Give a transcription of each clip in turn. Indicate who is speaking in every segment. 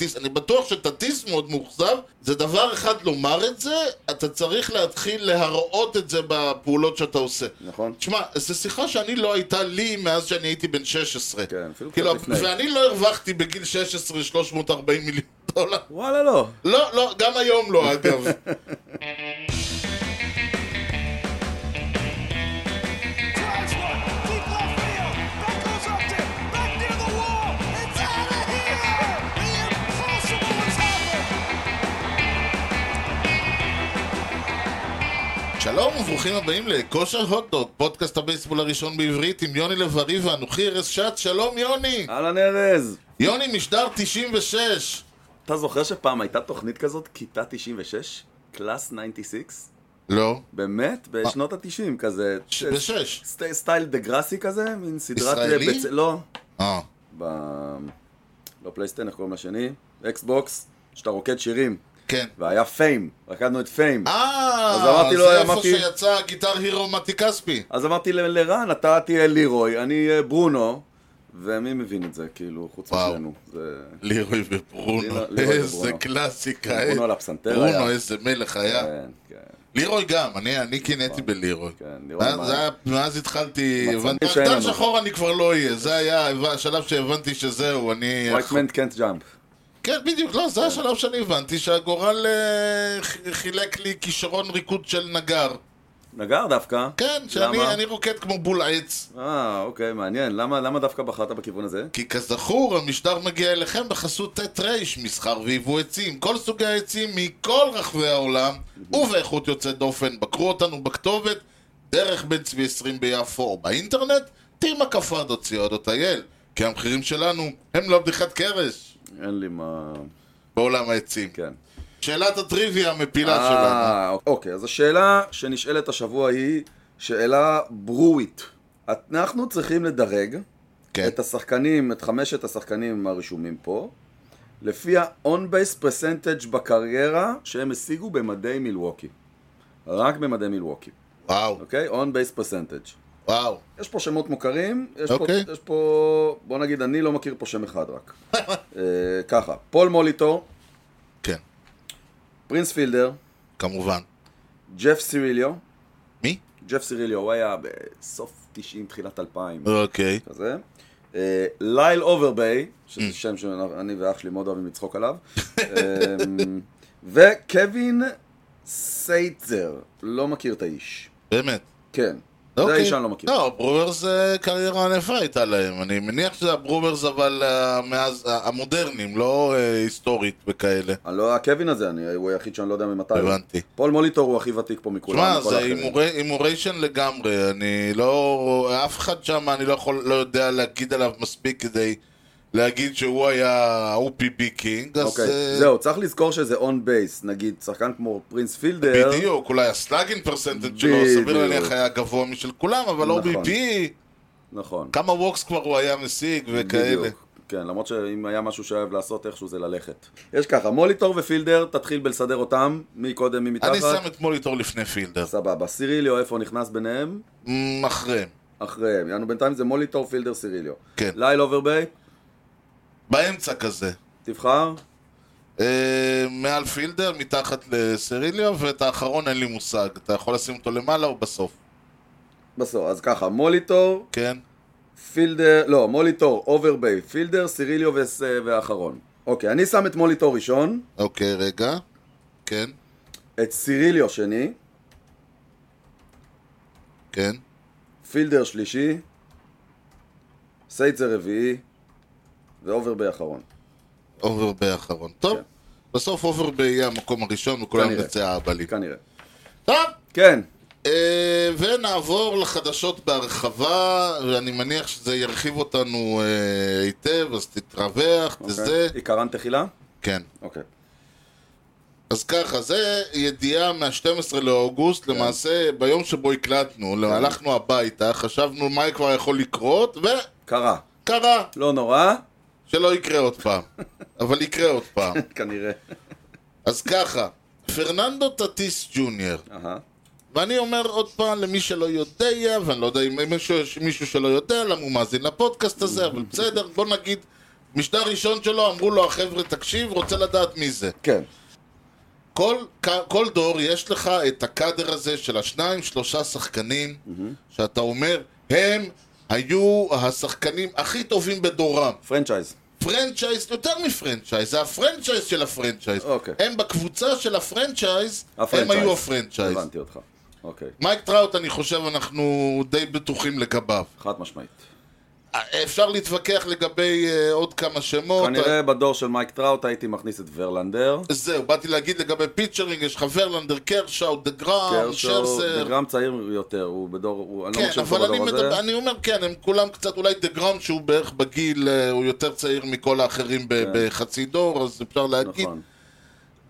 Speaker 1: תס- אני בטוח שאתה טיס מאוד מאוכזב, זה דבר אחד לומר את זה, אתה צריך להתחיל להראות את זה בפעולות שאתה עושה.
Speaker 2: נכון?
Speaker 1: תשמע, זו שיחה שאני לא הייתה לי מאז שאני הייתי בן 16.
Speaker 2: כן, אפילו קצת
Speaker 1: כאילו,
Speaker 2: לפני.
Speaker 1: ואני לא הרווחתי בגיל 16 340 מיליון דולר.
Speaker 2: וואלה לא.
Speaker 1: לא, לא, גם היום לא, אגב.
Speaker 3: Drives one, deep left field. That goes up to back near the wall. It's out of here. The impossible has happened.
Speaker 1: שלום וברוכים הבאים לכושר הוטדוג, פודקאסט הבייסבול הראשון בעברית עם יוני לב-ארי ואנוכי ארז שץ, שלום יוני!
Speaker 2: אהלן ארז.
Speaker 1: יוני משדר 96!
Speaker 2: אתה זוכר שפעם הייתה תוכנית כזאת, כיתה 96? קלאס 96?
Speaker 1: לא.
Speaker 2: באמת? בשנות ה-90 כזה.
Speaker 1: ש- בשש.
Speaker 2: סטי- סטייל דה גראסי כזה? מין סדרת...
Speaker 1: ישראלי?
Speaker 2: בצ- לא.
Speaker 1: אה.
Speaker 2: ב... בפלייסטיין, איך קוראים לשני? אקסבוקס, שאתה רוקד שירים.
Speaker 1: כן.
Speaker 2: והיה פיים, רקדנו את פיים. אז
Speaker 1: אה,
Speaker 2: אמרתי לו,
Speaker 1: זה איפה
Speaker 2: אמרתי-
Speaker 1: שיצא הגיטר הירו מתי כספי.
Speaker 2: אז אמרתי ל- לרן, אתה תהיה לירוי, אני אהיה ברונו, ומי מבין את זה, כאילו, חוץ
Speaker 1: וואו.
Speaker 2: משנינו. זה...
Speaker 1: לירוי וברונו,
Speaker 2: לירוי וברונו.
Speaker 1: איזה קלאסיקה.
Speaker 2: ברונו
Speaker 1: אה.
Speaker 2: על הפסנתר
Speaker 1: ברונו,
Speaker 2: היה.
Speaker 1: איזה מלך היה.
Speaker 2: כן, כן.
Speaker 1: לירוי גם, אני אני קינאתי בלירוי.
Speaker 2: כן, לירוי
Speaker 1: ואז
Speaker 2: מה-
Speaker 1: זה היה- מאז התחלתי,
Speaker 2: מצבים
Speaker 1: הבנתי,
Speaker 2: שאין
Speaker 1: רקדן
Speaker 2: לנו.
Speaker 1: שחור אני כבר לא אהיה, זה היה השלב שהבנתי שזהו, אני...
Speaker 2: White man can't jump.
Speaker 1: כן, בדיוק, לא, זה השלב שאני הבנתי שהגורל אה, ח- חילק לי כישרון ריקוד של נגר.
Speaker 2: נגר דווקא.
Speaker 1: כן, שאני
Speaker 2: למה?
Speaker 1: אני רוקד כמו בול עץ.
Speaker 2: אה, אוקיי, מעניין. למה, למה דווקא בחרת בכיוון הזה?
Speaker 1: כי כזכור, המשדר מגיע אליכם בחסות ט' ר', מסחר ויבוא עצים, כל סוגי העצים מכל רחבי העולם, ובאיכות יוצאת דופן. בקרו אותנו בכתובת, דרך בן צבי 20 ביפו או באינטרנט, תימא כפרדו ציודו טייל, כי המחירים שלנו הם לא בדיחת קרש
Speaker 2: אין לי מה...
Speaker 1: בעולם העצים.
Speaker 2: כן.
Speaker 1: שאלת הטריוויה המפילה שלנו.
Speaker 2: אה, אוקיי, אז השאלה שנשאלת השבוע היא שאלה ברורית. אנחנו צריכים לדרג
Speaker 1: כן.
Speaker 2: את השחקנים, את חמשת השחקנים הרשומים פה, לפי ה-on-base percentage בקריירה שהם השיגו במדי מילווקי. רק במדי מילווקי,
Speaker 1: וואו,
Speaker 2: אוקיי? on-base percentage.
Speaker 1: וואו.
Speaker 2: יש פה שמות מוכרים, יש,
Speaker 1: אוקיי.
Speaker 2: פה, יש פה, בוא נגיד, אני לא מכיר פה שם אחד רק. אה, ככה, פול מוליטור,
Speaker 1: כן,
Speaker 2: פרינס פילדר,
Speaker 1: כמובן.
Speaker 2: ג'ף סיריליו,
Speaker 1: מי?
Speaker 2: ג'ף סיריליו, הוא היה בסוף 90, תחילת 2000,
Speaker 1: אוקיי.
Speaker 2: כזה. אה, לייל אוברביי,
Speaker 1: אה.
Speaker 2: שזה שם שאני ואח שלי מאוד אוהבים לצחוק עליו, אה, וקווין סייטזר, לא מכיר את האיש,
Speaker 1: באמת.
Speaker 2: כן. זה
Speaker 1: אוקיי.
Speaker 2: האיש שאני לא מכיר.
Speaker 1: לא, הברוברס אה, קריירה ענפה הייתה להם. אני מניח שזה הברוברס, אבל אה, מאז, אה, המודרניים, לא אה, היסטורית וכאלה.
Speaker 2: אני לא, הקווין הזה, אני, הוא היחיד שאני לא יודע ממתי. הוא.
Speaker 1: הבנתי.
Speaker 2: פול מוליטור הוא הכי ותיק פה מכולם.
Speaker 1: תשמע,
Speaker 2: מכל
Speaker 1: זה
Speaker 2: האחרים.
Speaker 1: הימורי- הימוריישן לגמרי. אני לא... אף אחד שם, אני לא יכול, לא יודע להגיד עליו מספיק כדי להגיד שהוא היה OPB קינג, אז...
Speaker 2: אוקיי,
Speaker 1: אה,
Speaker 2: זהו, צריך לזכור שזה און בייס, נגיד שחקן כמו פרינס פילדר,
Speaker 1: בדיוק, אולי הסלאגינג פרסנטד שלו,
Speaker 2: בדיוק.
Speaker 1: סביר להניח היה גבוה משל כולם, אבל
Speaker 2: נכון.
Speaker 1: OBP,
Speaker 2: נכון,
Speaker 1: כמה ווקס כבר הוא היה משיג וכאלה.
Speaker 2: בדיוק, כן, למרות שאם היה משהו שאוהב לעשות איכשהו זה ללכת. יש ככה, מוליטור ופילדר, תתחיל בלסדר אותם, מי קודם, מי מתחת,
Speaker 1: אני שם את מוליטור לפני פילדר.
Speaker 2: סבבה, סיריליו, איפה הוא נכנס ביניהם?
Speaker 1: מ, אחרי.
Speaker 2: אחריהם, יענו בינתיים זה מוליטור, פילדר, סיריליו.
Speaker 1: כן.
Speaker 2: ליל אוברביי,
Speaker 1: באמצע כזה.
Speaker 2: תבחר,
Speaker 1: אה, מעל פילדר, מתחת לסריליו, ואת האחרון אין לי מושג. אתה יכול לשים אותו למעלה או בסוף,
Speaker 2: בסוף, אז ככה, מוליטור,
Speaker 1: כן?
Speaker 2: פילדר, לא, מוליטור, אוברביי, פילדר, סיריליו וס- והאחרון. אוקיי, אני שם את מוליטור ראשון,
Speaker 1: אוקיי, רגע. כן,
Speaker 2: את סיריליו שני,
Speaker 1: כן.
Speaker 2: פילדר שלישי, סייצר רביעי, ואוברביי אחרון.
Speaker 1: אוברביי האחרון. טוב,
Speaker 2: כן.
Speaker 1: בסוף אוברביי יהיה המקום הראשון, וכולם
Speaker 2: כנראה. כן.
Speaker 1: ירצה האבלים.
Speaker 2: כנראה.
Speaker 1: טוב!
Speaker 2: כן,
Speaker 1: אה, ונעבור לחדשות בהרחבה, ואני מניח שזה ירחיב אותנו אה, היטב, אז תתרווח, תזה.
Speaker 2: אוקיי. עיקרן תחילה?
Speaker 1: כן.
Speaker 2: אוקיי.
Speaker 1: אז ככה, זה ידיעה מה-12 לאוגוסט, למעשה ביום שבו הקלטנו, הלכנו הביתה, חשבנו מה כבר יכול לקרות,
Speaker 2: קרה.
Speaker 1: וקרה,
Speaker 2: לא נורא,
Speaker 1: שלא יקרה עוד פעם. אבל יקרה עוד פעם.
Speaker 2: כנראה.
Speaker 1: אז ככה, פרננדו טטיס ג'וניור,
Speaker 2: אהה.
Speaker 1: ואני אומר עוד פעם למי שלא יודע, ואני לא יודע אם אם יש מישהו שלא יודע, למה הוא מאזין לפודקאסט הזה, אבל בסדר, בוא נגיד, משדר ראשון שלו, אמרו לו החבר'ה, תקשיב, רוצה לדעת מי זה.
Speaker 2: כן.
Speaker 1: כל, ק- כל דור יש לך את הקאדר הזה של השניים, שלושה שחקנים, שאתה אומר, הם היו השחקנים הכי טובים בדורם.
Speaker 2: פרנצ'ייז.
Speaker 1: פרנצ'ייז, יותר מפרנצ'ייז, זה הפרנצ'ייז של הפרנצ'ייז.
Speaker 2: אוקיי.
Speaker 1: הם בקבוצה של הפרנצ'ייז, הם
Speaker 2: הפרנצ'ייז.
Speaker 1: היו הפרנצ'ייז.
Speaker 2: הבנתי אותך. אוקיי.
Speaker 1: מייק טראוט, אני חושב, אנחנו די בטוחים לגביו. אה,
Speaker 2: חד משמעית.
Speaker 1: אפשר להתווכח לגבי אה, עוד כמה שמות.
Speaker 2: כנראה בדור של מייק טראוט הייתי מכניס את ורלנדר.
Speaker 1: זהו, באתי להגיד לגבי פיצ'רינג, יש לך ורלנדר, קרשאו, דה גראם,
Speaker 2: קרשו,
Speaker 1: שרסר.
Speaker 2: בגרם צעיר יותר, הוא בדור, הוא- אני לא
Speaker 1: כן,
Speaker 2: חושב שהוא
Speaker 1: אבל אני,
Speaker 2: בדור הזה.
Speaker 1: מדבר, אני אומר כן, הם כולם קצת, אולי דה גראם שהוא בערך בגיל, אה, הוא יותר צעיר מכל האחרים ב- בחצי דור, אז אפשר להגיד.
Speaker 2: כן. נכון.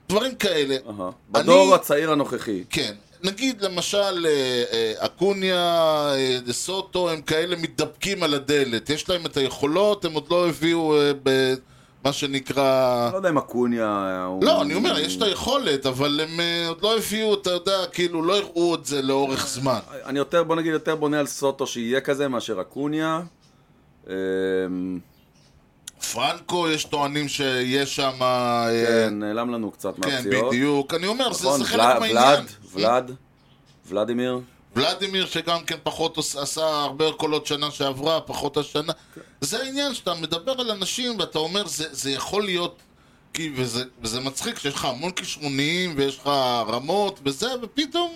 Speaker 1: דברים כאלה.
Speaker 2: אהה.
Speaker 1: אני-
Speaker 2: בדור הצעיר הנוכחי.
Speaker 1: כן. נגיד למשל אה, אה, אקוניה, אה, דה סוטו, הם כאלה מתדפקים על הדלת. יש להם את היכולות, הם עוד לא הביאו אה, במה שנקרא...
Speaker 2: לא יודע אם אקוניה... הוא-
Speaker 1: לא, אני אומר, יש את היכולת, אבל הם אה, עוד לא הביאו, אתה יודע, כאילו, לא הראו את זה לאורך זמן.
Speaker 2: אני יותר, בוא נגיד, יותר בונה על סוטו שיהיה כזה מאשר אקוניה. אמ,
Speaker 1: פרנקו, יש טוענים שיש שם... אה,
Speaker 2: כן, נעלם לנו קצת
Speaker 1: כן,
Speaker 2: מהפציעות.
Speaker 1: בדיוק. אני אומר, זה
Speaker 2: נכון,
Speaker 1: זה
Speaker 2: ול-
Speaker 1: חלק מהעניין.
Speaker 2: ולד, ולד, ולדימיר.
Speaker 1: ולדימיר, שגם כן פחות עוש- עשה הרבה קולות שנה שעברה, פחות השנה. זה העניין שאתה מדבר על אנשים ואתה אומר, זה, זה יכול להיות... כי, וזה, וזה מצחיק שיש לך המון כישרוניים ויש לך רמות וזה, ופתאום,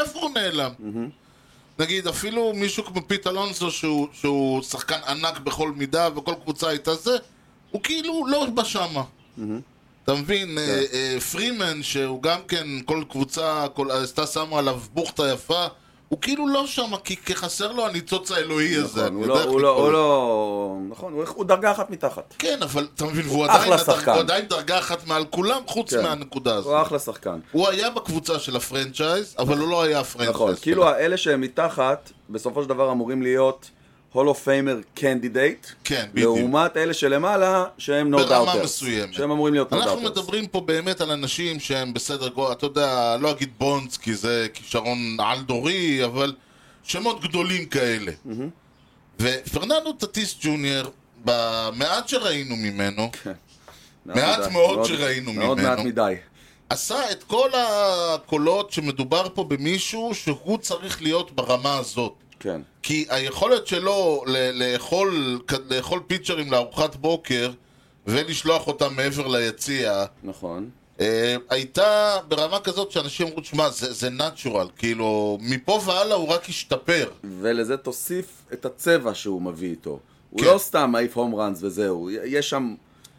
Speaker 1: איפה הוא נעלם?
Speaker 2: Mm-hmm.
Speaker 1: נגיד, אפילו מישהו כמו פיט אלונסו, שהוא, שהוא שחקן ענק בכל מידה וכל קבוצה הייתה זה, הוא כאילו לא בשמה.
Speaker 2: Mm-hmm.
Speaker 1: אתה
Speaker 2: כן.
Speaker 1: מבין, אה, אה, פרימן, שהוא גם כן, כל קבוצה, כל, עשתה שמה עליו בוכטה יפה, הוא כאילו לא שמה, כי, כי חסר לו הניצוץ האלוהי הזה.
Speaker 2: נכון,
Speaker 1: אני
Speaker 2: הוא
Speaker 1: יודע
Speaker 2: לא-
Speaker 1: איך
Speaker 2: הוא לא-
Speaker 1: לקרוא
Speaker 2: הוא
Speaker 1: לו.
Speaker 2: לא... נכון, הוא- הוא דרגה אחת מתחת.
Speaker 1: כן, אבל אתה מבין, והוא
Speaker 2: אחלה
Speaker 1: עדיין, הדרג,
Speaker 2: שחקן.
Speaker 1: הוא עדיין דרגה אחת מעל כולם, חוץ
Speaker 2: כן.
Speaker 1: מהנקודה הזאת.
Speaker 2: הוא אחלה שחקן.
Speaker 1: הוא היה בקבוצה של הפרנצ'ייז, אבל הוא לא היה הפרנצ'ייז.
Speaker 2: נכון, כאילו האלה שהם מתחת, בסופו של דבר אמורים להיות הולו פיימר קנדידייט.
Speaker 1: כן, בדיוק.
Speaker 2: לעומת אלה שלמעלה, שהם נו
Speaker 1: ברמה
Speaker 2: דאוטרס.
Speaker 1: מסוימת.
Speaker 2: שהם אמורים להיות נו
Speaker 1: אנחנו
Speaker 2: דאוטרס.
Speaker 1: מדברים פה באמת על אנשים שהם בסדר גודל, אתה יודע, לא אגיד בונדס כי זה כישרון על-דורי, אבל שמות גדולים כאלה. ופרננדו טטיס ג'וניור, במעט שראינו ממנו, מעט מאוד שראינו
Speaker 2: מאוד
Speaker 1: ממנו.
Speaker 2: מעט מדי.
Speaker 1: עשה את כל הקולות שמדובר פה במישהו שהוא צריך להיות ברמה הזאת.
Speaker 2: כן.
Speaker 1: כי היכולת שלו ל- לאכול, לאכול פיצ'רים לארוחת בוקר ולשלוח אותם מעבר ליציע,
Speaker 2: נכון.
Speaker 1: אה, הייתה ברמה כזאת שאנשים אמרו, שמע, זה, זה נאצ'ורל, כאילו, מפה והלאה הוא רק השתפר.
Speaker 2: ולזה תוסיף את הצבע שהוא מביא איתו. הוא
Speaker 1: כן.
Speaker 2: לא סתם מעיף הום ראנס וזהו, יש שם,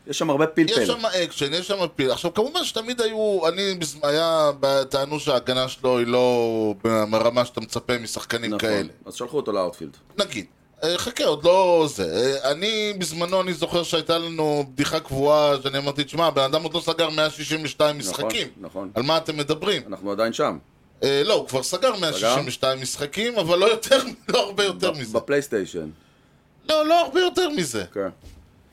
Speaker 2: יש שם הרבה
Speaker 1: יש
Speaker 2: פלפל.
Speaker 1: שם אקשן, יש שם פיל. עכשיו, כמובן שתמיד היו, אני, בז- היה, טענו שההגנה שלו היא לא ברמה שאתה מצפה משחקנים
Speaker 2: נכון.
Speaker 1: כאלה.
Speaker 2: אז שלחו אותו לאוטפילד.
Speaker 1: נגיד. אה, חכה, עוד לא זה. אה, אני, בזמנו, אני זוכר שהייתה לנו בדיחה קבועה, שאני אמרתי, תשמע, הבן אדם עוד לא סגר 162 משחקים.
Speaker 2: נכון.
Speaker 1: על מה אתם מדברים?
Speaker 2: אנחנו עדיין שם.
Speaker 1: אה, לא, הוא כבר סגר 162 משחקים, אבל לא יותר, לא הרבה יותר
Speaker 2: ב-
Speaker 1: מזה.
Speaker 2: בפלייסטיישן.
Speaker 1: לא, לא הרבה יותר מזה.
Speaker 2: כן.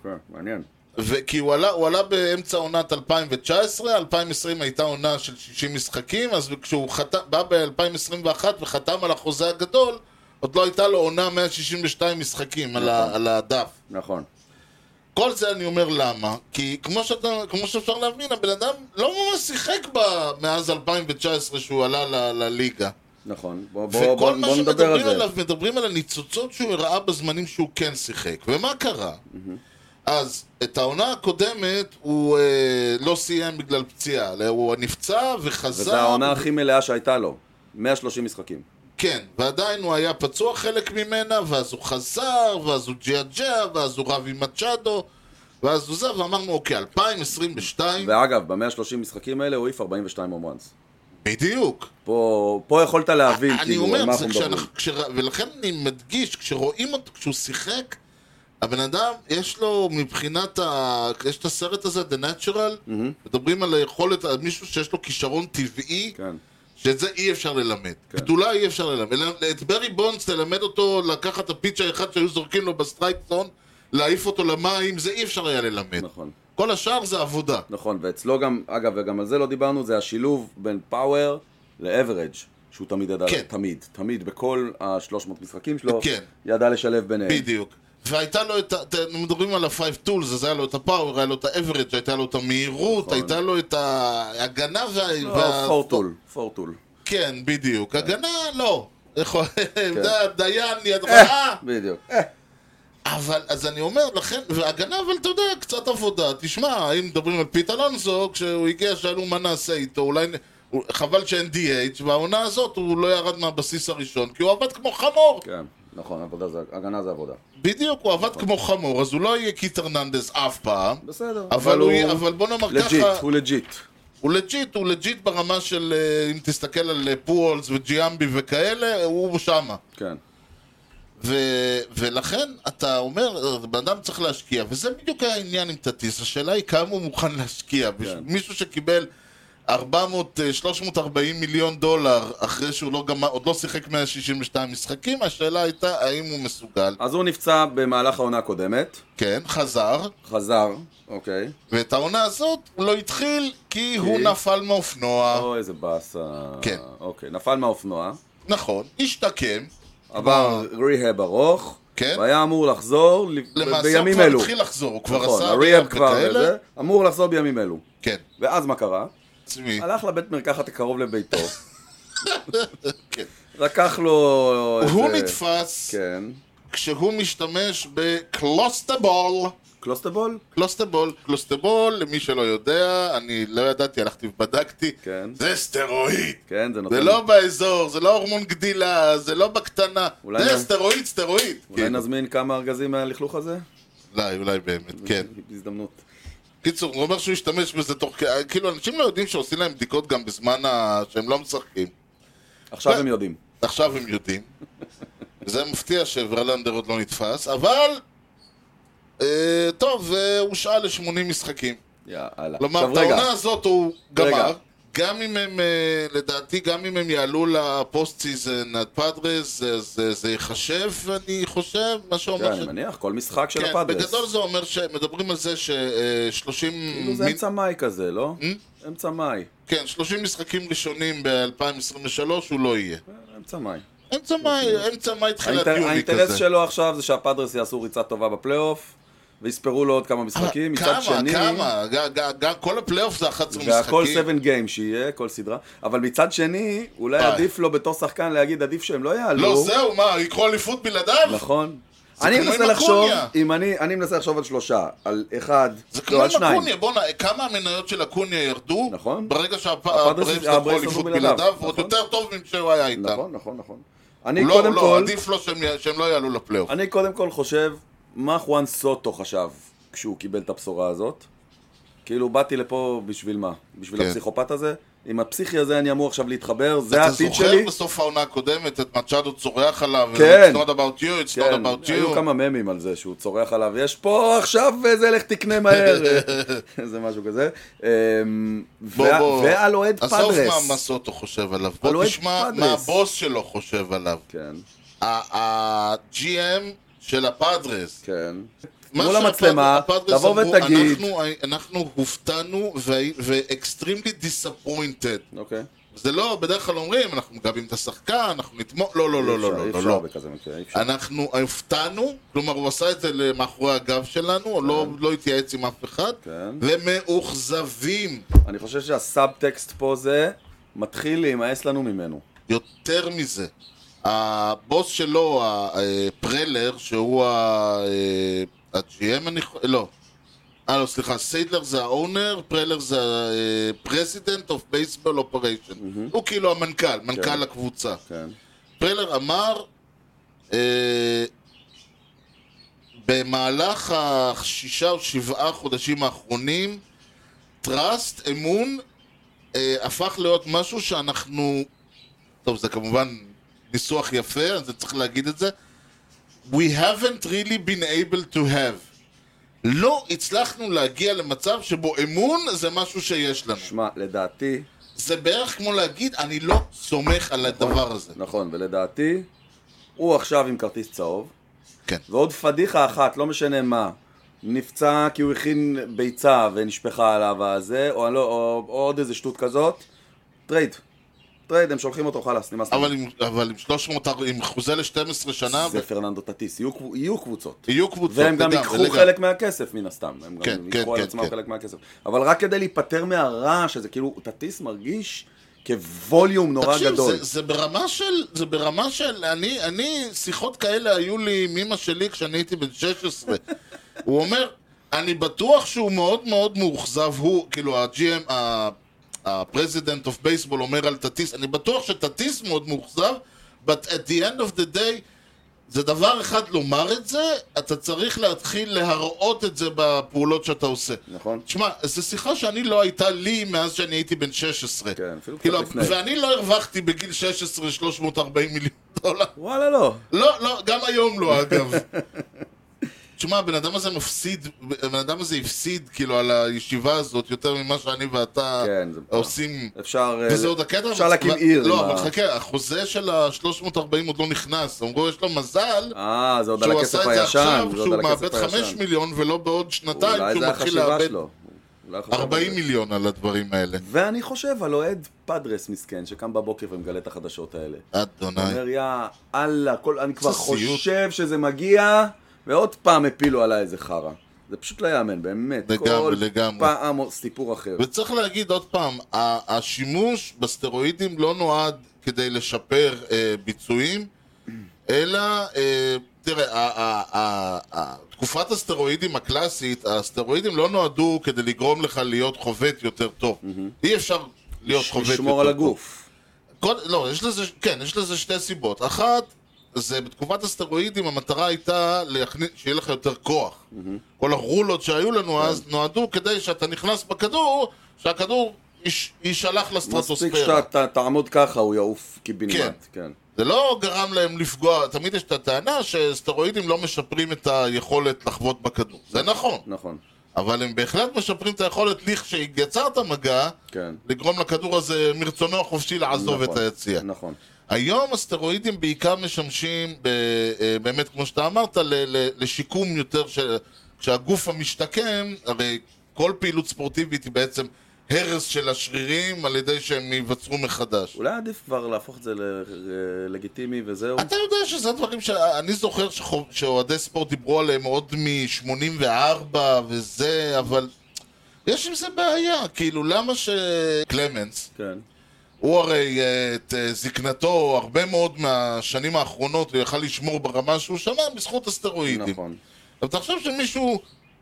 Speaker 2: כן, מעניין.
Speaker 1: וכי הוא עלה, הוא עלה באמצע עונת 2019, 2020 הייתה עונה של 60 משחקים, אז כשהוא חת... בא ב-2021 וחתם על החוזה הגדול, עוד לא הייתה לו עונה 162 משחקים על, ה... על הדף.
Speaker 2: נכון.
Speaker 1: כל זה אני אומר למה, כי כמו, שאתה, כמו שאפשר להבין, הבן אדם לא ממש שיחק ב... מאז 2019 שהוא עלה ל... לליגה.
Speaker 2: נכון. בוא, בוא, בוא,
Speaker 1: וכל
Speaker 2: בוא
Speaker 1: מה
Speaker 2: נדבר על
Speaker 1: שמדברים
Speaker 2: זה.
Speaker 1: עליו, מדברים על הניצוצות שהוא הראה בזמנים שהוא כן שיחק. ומה קרה?
Speaker 2: Mm-hmm.
Speaker 1: אז את העונה הקודמת הוא אה, לא סיים בגלל פציעה, אלא הוא נפצע וחזר.
Speaker 2: וזו העונה הכי מלאה שהייתה לו. 130 משחקים.
Speaker 1: כן, ועדיין הוא היה פצוע חלק ממנה, ואז הוא חזר, ואז הוא ג'יאג'יה, ואז הוא רב עם מצ'אדו, ואז הוא זה, ואמרנו, אוקיי, 2022,
Speaker 2: ואגב, ב-130 משחקים האלה הוא העיף 42 הום ראנס.
Speaker 1: בדיוק.
Speaker 2: פה, פה יכולת להבין,
Speaker 1: אני
Speaker 2: כאילו, על מה
Speaker 1: אומר,
Speaker 2: אנחנו
Speaker 1: זה
Speaker 2: מדברים.
Speaker 1: כשאנחנו, כשרא, ולכן אני מדגיש, כשרואים אותו, כשהוא שיחק, הבן אדם, יש לו מבחינת ה... יש את הסרט הזה, The Natural, מדברים על היכולת, על מישהו שיש לו כישרון טבעי,
Speaker 2: כן.
Speaker 1: שאת זה אי אפשר ללמד. גדולה אי אפשר ללמד. אלא- את ברי בונדס תלמד אותו לקחת את הפיץ' האחד שהיו זורקים לו בסטרייק זון, להעיף אותו למים, זה אי אפשר היה ללמד.
Speaker 2: נכון.
Speaker 1: כל השאר זה עבודה.
Speaker 2: נכון, ואצלו גם, אגב, וגם על זה לא דיברנו, זה השילוב בין פאוור לאברג' שהוא תמיד ידע,
Speaker 1: כן.
Speaker 2: תמיד, תמיד, בכל ה-300 משחקים שלו,
Speaker 1: כן.
Speaker 2: ידע לשלב ביניהם.
Speaker 1: בדיוק. והייתה לו את ה... אתם מדברים על ה-Five Tools, אז היה לו את הפאוור, היה לו את ה-Average, הייתה לו את המהירות,
Speaker 2: נכון. לא,
Speaker 1: הייתה לו את ההגנה וה... וה-
Speaker 2: פורטול, פורטול.
Speaker 1: כן, בדיוק. הגנה, לא. יכול- דיין, ידרעה.
Speaker 2: כן. אה, בדיוק. אה,
Speaker 1: אבל, אז אני אומר לכן, והגנה, אבל אתה יודע, קצת עבודה. תשמע, אם מדברים על פיט אלונסו, כשהוא הגיע, שאלו מה נעשה איתו, אולי... נ- הוא- חבל שאין DH, והעונה הזאת הוא לא ירד מהבסיס הראשון, כי הוא עבד כמו חמור.
Speaker 2: כן, נכון, עבודה זה- הגנה זה עבודה.
Speaker 1: בדיוק, הוא עבד כמו חמור, אז הוא לא יהיה קיט הרננדז אף פעם.
Speaker 2: בסדר.
Speaker 1: אבל, הוא... יהיה- אבל בוא נאמר
Speaker 2: לג'יט,
Speaker 1: ככה,
Speaker 2: הוא לג'יט.
Speaker 1: הוא לג'יט, הוא לג'יט ברמה של, אה, אם תסתכל על אה, פוולס וג'יאמבי וכאלה, הוא שמה.
Speaker 2: כן.
Speaker 1: ו, ולכן אתה אומר, בן אדם צריך להשקיע, וזה בדיוק העניין עם טטיס, השאלה היא כמה הוא מוכן להשקיע. כן. מישהו שקיבל 400, אה, 340 מיליון דולר אחרי שהוא לא גמר, עוד לא שיחק 162 משחקים, השאלה הייתה האם הוא מסוגל.
Speaker 2: אז הוא נפצע במהלך העונה הקודמת,
Speaker 1: כן, חזר,
Speaker 2: חזר, אוקיי.
Speaker 1: ואת העונה הזאת הוא לא התחיל כי הוא
Speaker 2: כי?
Speaker 1: נפל מאופנוע.
Speaker 2: או איזה באסה.
Speaker 1: אה. כן.
Speaker 2: אוקיי, נפל מהאופנוע,
Speaker 1: נכון, השתקם.
Speaker 2: עבר ריהאב ארוך,
Speaker 1: כן.
Speaker 2: והיה אמור לחזור ל-
Speaker 1: למעשה הוא
Speaker 2: בימים
Speaker 1: כבר
Speaker 2: אלו.
Speaker 1: התחיל לחזור, הוא כבר
Speaker 2: נכון,
Speaker 1: עשה
Speaker 2: הריהאב
Speaker 1: rehab
Speaker 2: כבר,
Speaker 1: וכאלה.
Speaker 2: זה, אמור לחזור בימים אלו.
Speaker 1: כן,
Speaker 2: ואז מה קרה?
Speaker 1: עצמי.
Speaker 2: הלך לבית מרקחת הקרוב לביתו,
Speaker 1: כן.
Speaker 2: לקח לו...
Speaker 1: הוא
Speaker 2: איזה-
Speaker 1: נתפס
Speaker 2: כן.
Speaker 1: כשהוא משתמש בקלוסטבול.
Speaker 2: קלוסטבול?
Speaker 1: קלוסטבול, קלוסטבול, למי שלא יודע, אני לא ידעתי, הלכתי ובדקתי,
Speaker 2: כן.
Speaker 1: זה סטרואיד.
Speaker 2: כן, זה נותן...
Speaker 1: זה לא באזור, זה לא הורמון גדילה, זה לא בקטנה,
Speaker 2: אולי
Speaker 1: זה
Speaker 2: נ-
Speaker 1: סטרואיד, סטרואיד.
Speaker 2: אולי
Speaker 1: כן.
Speaker 2: נזמין כמה ארגזים מהלכלוך הזה?
Speaker 1: אולי, אולי באמת, כן.
Speaker 2: הזדמנות.
Speaker 1: קיצור, הוא אומר שהוא השתמש בזה תוך כ- כאילו, אנשים לא יודעים שעושים להם בדיקות גם בזמן ה... שהם לא משחקים.
Speaker 2: עכשיו
Speaker 1: ו-
Speaker 2: הם יודעים.
Speaker 1: עכשיו הם יודעים. זה מפתיע שברלנדר עוד לא נתפס, אבל... אה, טוב, אה, הושעה ל-80 משחקים.
Speaker 2: יאללה.
Speaker 1: כלומר,
Speaker 2: עכשיו
Speaker 1: את
Speaker 2: רגע,
Speaker 1: העונה הזאת הוא גמר.
Speaker 2: רגע.
Speaker 1: גם אם הם, אה, לדעתי, גם אם הם יעלו לפוסט סיזן הפאדרס, זה- זה זה ייחשב, אני חושב, מה
Speaker 2: כן,
Speaker 1: שאומר
Speaker 2: אני מניח, כל משחק של
Speaker 1: כן,
Speaker 2: הפאדרס.
Speaker 1: בגדול זה אומר שמדברים על זה אה,
Speaker 2: כאילו זה
Speaker 1: ש-30...
Speaker 2: אמצע מאי כזה, לא? אמצע מאי.
Speaker 1: כן, 30 משחקים ראשונים ב-2023 הוא לא יהיה.
Speaker 2: אמצע מאי.
Speaker 1: אמצע מאי, אמצע מאי תחילת
Speaker 2: האינטר-
Speaker 1: יוני
Speaker 2: האינטרס
Speaker 1: כזה.
Speaker 2: שלו עכשיו זה שהפאדרס יעשו ריצה טובה בפלייאוף, ויספרו לו עוד כמה משחקים. מצד שני...
Speaker 1: כמה, כמה, ג- ג- ג- כל הפלייאוף זה 11
Speaker 2: והכל
Speaker 1: משחקים.
Speaker 2: 7 גיים שיהיה, כל סדרה. אבל מצד שני, אולי
Speaker 1: אה.
Speaker 2: עדיף לו בתור שחקן להגיד עדיף שהם לא יעלו.
Speaker 1: לא, זהו, מה, יקחו אליפות בלעדיו?
Speaker 2: נכון.
Speaker 1: זה
Speaker 2: אני
Speaker 1: כמו
Speaker 2: מנסה
Speaker 1: עם
Speaker 2: לחשוב,
Speaker 1: אקוניה.
Speaker 2: אם אני, אני מנסה לחשוב על שלושה, על אחד,
Speaker 1: זה
Speaker 2: לא,
Speaker 1: כמו
Speaker 2: על
Speaker 1: עם
Speaker 2: שניים.
Speaker 1: אקוניה, בואנה, כמה המניות של אקוניה ירדו,
Speaker 2: נכון.
Speaker 1: ברגע
Speaker 2: הפרדס-
Speaker 1: שהברייבס
Speaker 2: הברייבס
Speaker 1: לקחו אליפות
Speaker 2: לקחו בלעדיו,
Speaker 1: בלעדיו, ועוד
Speaker 2: נכון.
Speaker 1: יותר טוב ממה שהוא היה איתם.
Speaker 2: נכון, נכון, נכון. אני
Speaker 1: לא,
Speaker 2: קודם
Speaker 1: לא,
Speaker 2: כל,
Speaker 1: עדיף לו שהם י- שהם לא יעלו לפלייאוף.
Speaker 2: אני קודם כל חושב, מה חואן סוטו חשב כשהוא קיבל את הבשורה הזאת? כאילו, באתי לפה בשביל מה? בשביל
Speaker 1: כן.
Speaker 2: הפסיכופת הזה? עם הפסיכי הזה אני אמור עכשיו להתחבר, זה
Speaker 1: אתה
Speaker 2: העתיד
Speaker 1: זוכר
Speaker 2: שלי?
Speaker 1: בסוף העונה הקודמת את מצ'אדו צורח עליו,
Speaker 2: כן.
Speaker 1: It's not about you, it's
Speaker 2: כן,
Speaker 1: not about
Speaker 2: היו
Speaker 1: you.
Speaker 2: כמה ממים על זה שהוא צורח עליו, יש פה עכשיו איזה לך תקנה מהר, איזה משהו כזה. אמ,
Speaker 1: בוא,
Speaker 2: וה-
Speaker 1: בוא.
Speaker 2: ועל אוהד
Speaker 1: עזוב מה
Speaker 2: פאדרס.
Speaker 1: מסוטו חושב עליו,
Speaker 2: אבל הוא
Speaker 1: בוא
Speaker 2: אוהד
Speaker 1: תשמע
Speaker 2: פאדרס.
Speaker 1: מה הבוס שלו חושב עליו.
Speaker 2: כן,
Speaker 1: ה-GM של הפאדרס.
Speaker 2: כן.
Speaker 1: מה
Speaker 2: מול
Speaker 1: שהפאד-
Speaker 2: המצלמה,
Speaker 1: הפאדרס
Speaker 2: תבוא
Speaker 1: אמרו,
Speaker 2: ותגיד,
Speaker 1: "אנחנו- אנחנו הופתענו ואקסטרימלי דיסאפוינטד.
Speaker 2: אוקיי.
Speaker 1: זה לא, בדרך כלל אומרים, אנחנו מגבים את השחקן, אנחנו נתמוך, לא, לא, לא,
Speaker 2: אי
Speaker 1: לא,
Speaker 2: אפשר, אי
Speaker 1: לא, לא,
Speaker 2: אפשר
Speaker 1: לא.
Speaker 2: בכזה מקרה, אי אפשר.
Speaker 1: אנחנו הופתענו, כלומר הוא עשה את זה מאחורי הגב שלנו, לא- לא התייעץ עם אף אחד,
Speaker 2: כן.
Speaker 1: ומאוכזבים.
Speaker 2: אני חושב שהסאבטקסט פה זה מתחיל להימאס לנו ממנו.
Speaker 1: יותר מזה, הבוס שלו, הפרלר, שהוא ה- אה, ה-GM, אני חו- לא. אה, לא, סליחה, סיידלר זה ה-owner, פרלר זה ה-president of baseball operation. הוא כאילו המנכ"ל, מנכ"ל הקבוצה.
Speaker 2: כן.
Speaker 1: פרלר אמר אה, במהלך השישה או שבעה חודשים האחרונים טראסט, אמון, אה, הפך להיות משהו שאנחנו... טוב, זה כמובן ניסוח יפה, אז אני צריך להגיד את זה. We haven't really been able to have. לא הצלחנו להגיע למצב שבו אמון זה משהו שיש לנו.
Speaker 2: שמע, לדעתי,
Speaker 1: זה בערך כמו להגיד, אני לא סומך על הדבר הזה.
Speaker 2: נכון, ולדעתי, הוא עכשיו עם כרטיס צהוב,
Speaker 1: כן.
Speaker 2: ועוד פדיחה אחת, לא משנה מה, נפצע כי הוא הכין ביצה ונשפכה עליו הזה, או, לא, או, או עוד איזה שטות כזאת, טרייד. טרייד, הם שולחים אותו, חלאס, נמאס לנו.
Speaker 1: אבל עם- אבל עם 300, עם חוזה ל-12 שנה,
Speaker 2: זה
Speaker 1: ו-
Speaker 2: פרננדו טטיס, יהיו קבו- יהיו קבוצות.
Speaker 1: יהיו קבוצות
Speaker 2: והם גם
Speaker 1: לגמרי,
Speaker 2: ייקחו
Speaker 1: לגמרי.
Speaker 2: חלק מהכסף, מן הסתם. הם
Speaker 1: כן,
Speaker 2: גם
Speaker 1: כן,
Speaker 2: ייקחו על
Speaker 1: כן,
Speaker 2: עצמם
Speaker 1: כן.
Speaker 2: חלק מהכסף. אבל רק כדי להיפטר מהרעש הזה, כאילו, טטיס מרגיש כווליום נורא
Speaker 1: תקשיב,
Speaker 2: גדול.
Speaker 1: זה, זה ברמה של, זה ברמה של, אני, אני, שיחות כאלה היו לי עם אמא שלי כשאני הייתי בן 16. הוא אומר, אני בטוח שהוא מאוד מאוד מאוכזב, הוא, כאילו ה-GM, ה-President of Baseball אומר על טטיס, אני בטוח שטטיס מאוד מאוכזב, but at the end of the day, זה דבר אחד לומר את זה, אתה צריך להתחיל להראות את זה בפעולות שאתה עושה.
Speaker 2: נכון.
Speaker 1: תשמע, זו שיחה שאני לא הייתה לי מאז שאני הייתי בן 16.
Speaker 2: כן, אפילו קצת
Speaker 1: כאילו,
Speaker 2: לפני.
Speaker 1: ואני לא הרווחתי בגיל 16 340 מיליון דולר.
Speaker 2: וואלה, לא.
Speaker 1: לא, לא, גם היום לא, אגב. תשמע, הבן אדם הזה מפסיד, הבן אדם הזה הפסיד, כאילו, על הישיבה הזאת יותר ממה שאני ואתה
Speaker 2: כן, זה-
Speaker 1: עושים.
Speaker 2: אפשר... אה,
Speaker 1: וזה עוד הקטע,
Speaker 2: אפשר להקים
Speaker 1: אבל-
Speaker 2: עיר. עם
Speaker 1: לא,
Speaker 2: ה-
Speaker 1: אבל חכה, החוזה של ה-340 עוד לא נכנס, אמרו, יש לו מזל
Speaker 2: אה, זה עוד על
Speaker 1: שהוא
Speaker 2: הכסף
Speaker 1: עשה את זה
Speaker 2: הישן.
Speaker 1: עכשיו,
Speaker 2: זה עוד
Speaker 1: שהוא
Speaker 2: על הכסף
Speaker 1: מאבד 5
Speaker 2: הישן.
Speaker 1: מיליון ולא בעוד שנתיים,
Speaker 2: אולי
Speaker 1: שהוא
Speaker 2: זה
Speaker 1: מתחיל
Speaker 2: החשיבה
Speaker 1: לאבד
Speaker 2: שלו. אולי החשיבה
Speaker 1: 40
Speaker 2: שלו.
Speaker 1: מיליון על הדברים האלה.
Speaker 2: ואני חושב על אוהד פדרס מסכן, שקם בבוקר ומגלה את החדשות האלה.
Speaker 1: אדוני.
Speaker 2: אומר, יא אללה, כל- אני כבר
Speaker 1: זה סיוט.
Speaker 2: חושב שזה מגיע, ועוד פעם הפילו עליי איזה חרא. זה פשוט לא יאמן, באמת.
Speaker 1: לגמרי,
Speaker 2: כל
Speaker 1: לגמרי.
Speaker 2: פעם עוד סיפור אחר.
Speaker 1: וצריך להגיד עוד פעם, ה- השימוש בסטרואידים לא נועד כדי לשפר אה, ביצועים, אלא, אה, תראה, ה- ה- ה- ה- תקופת הסטרואידים הקלאסית, הסטרואידים לא נועדו כדי לגרום לך להיות חובט יותר טוב. אי אפשר להיות חובט יותר טוב.
Speaker 2: לשמור על הגוף.
Speaker 1: כל, לא, יש לזה, כן, יש לזה שתי סיבות. אחת, זה בתקופת הסטרואידים המטרה הייתה להכניס, שיהיה לך יותר כוח. כל הרולות שהיו
Speaker 2: כן.
Speaker 1: לנו אז נועדו כדי שאתה נכנס בכדור, שהכדור יש- יישלח
Speaker 2: מספיק
Speaker 1: לסטרטוספירה.
Speaker 2: שאתה תעמוד ככה, הוא יעוף קיבינימט. כן.
Speaker 1: זה לא גרם להם לפגוע, תמיד יש את הטענה שסטרואידים לא משפרים את היכולת לחבוט בכדור. זה נכון,
Speaker 2: נכון.
Speaker 1: אבל הם בהחלט משפרים את היכולת לכשיצרת מגע,
Speaker 2: כן.
Speaker 1: לגרום לכדור הזה מרצונו החופשי לעזוב את
Speaker 2: נכון,
Speaker 1: היציע.
Speaker 2: נכון.
Speaker 1: היום הסטרואידים בעיקר משמשים, ב, אה, באמת, כמו שאתה אמרת, ל, ל, לשיקום יותר, של, כשהגוף המשתקם, הרי כל פעילות ספורטיבית היא בעצם הרס של השרירים על ידי שהם ייווצרו מחדש.
Speaker 2: אולי עדיף כבר להפוך את זה ללגיטימי וזהו.
Speaker 1: אתה יודע שזה הדברים שאני זוכר שחו- שאוהדי ספורט דיברו עליהם עוד מ-84 וזה, אבל יש עם זה בעיה, כאילו למה שקלמנס,
Speaker 2: כן.
Speaker 1: הוא הרי אה, את אה, זקנתו, הרבה מאוד מהשנים האחרונות הוא יכל לשמור ברמה שהוא שמר בזכות הסטרואידים.
Speaker 2: נכון.
Speaker 1: אבל תחשוב שמישהו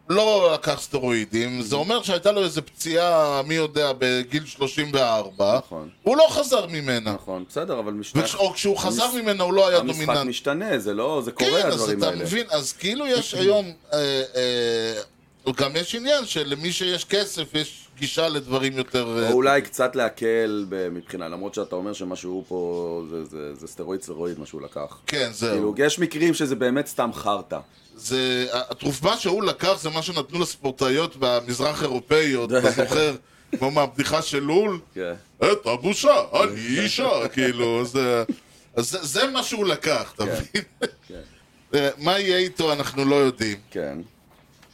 Speaker 1: לא לקח סטרואידים,
Speaker 2: נכון.
Speaker 1: זה אומר שהייתה לו איזו פציעה, מי יודע, בגיל 34,
Speaker 2: נכון.
Speaker 1: הוא לא חזר ממנה.
Speaker 2: נכון. בסדר, אבל משתנה.
Speaker 1: וכש- או כשהוא חזר
Speaker 2: המש-
Speaker 1: ממנה הוא לא היה
Speaker 2: המשחק
Speaker 1: דומיננטי.
Speaker 2: משתנה, זה לא, זה קורה
Speaker 1: כן, אז
Speaker 2: הדברים
Speaker 1: אתה
Speaker 2: האלה.
Speaker 1: מבין, אז כאילו יש היום, אה, אה, גם יש עניין שלמי שיש כסף יש גישה לדברים יותר... אה,
Speaker 2: או אולי קצת להקל ב- מבחינה, למרות שאתה אומר שמה שהוא פה זה, זה, זה סטרואיד סטרואיד מה שהוא לקח.
Speaker 1: כן, זהו.
Speaker 2: כאילו, יש מקרים שזה באמת סתם חרטא.
Speaker 1: זה, התרופה שהוא לקח זה מה שנתנו לספורטאיות במזרח אירופאיות, אתה זוכר? כמו מהבדיחה של לול?
Speaker 2: כן.
Speaker 1: את הבושה, אני אישה, כאילו, זה... אז זה, זה מה שהוא לקח, אתה מבין?
Speaker 2: כן.
Speaker 1: אה, מה יהיה איתו אנחנו לא יודעים,
Speaker 2: כן.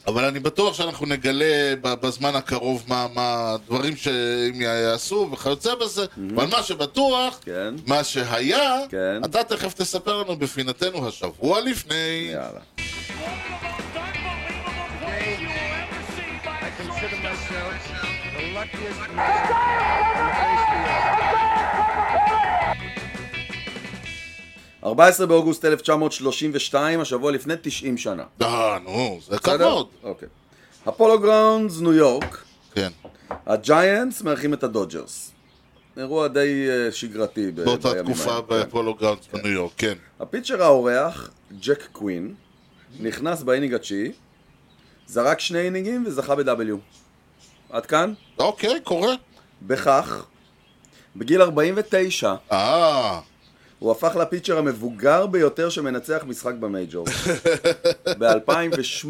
Speaker 1: אבל אני בטוח שאנחנו נגלה ב- בזמן הקרוב מה, מה הדברים שהם יעשו וכיוצא בזה, אבל מה שבטוח,
Speaker 2: כן.
Speaker 1: מה שהיה,
Speaker 2: כן.
Speaker 1: אתה תכף תספר לנו בפינתנו השבוע לפני.
Speaker 2: יאללה.
Speaker 3: One of the most unbelievable plays you will ever see by a
Speaker 4: consider myself the luckiest man.
Speaker 3: shortstop.
Speaker 2: 14 באוגוסט 1932, השבוע לפני 90 שנה.
Speaker 1: אה, נו, זה
Speaker 2: בסדר?
Speaker 1: כבוד.
Speaker 2: אוקיי. הפולו גראונדס, ניו יורק,
Speaker 1: כן.
Speaker 2: הג'יינטס מארחים את הדודג'רס. אירוע די אה, שגרתי ב-
Speaker 1: באותה
Speaker 2: בימים
Speaker 1: תקופה
Speaker 2: האלה. כן.
Speaker 1: בפולו גראונדס בניו יורק, כן.
Speaker 2: הפיצ'ר האורח, ג'ק קווין, נכנס באינינג התשיעי, זרק שני אינינגים וזכה ב-W. עד כאן?
Speaker 1: אוקיי, קורה.
Speaker 2: בכך, בגיל 49,
Speaker 1: אה,
Speaker 2: הוא הפך לפיצ'ר המבוגר ביותר שמנצח משחק במייג'ור. ב-2008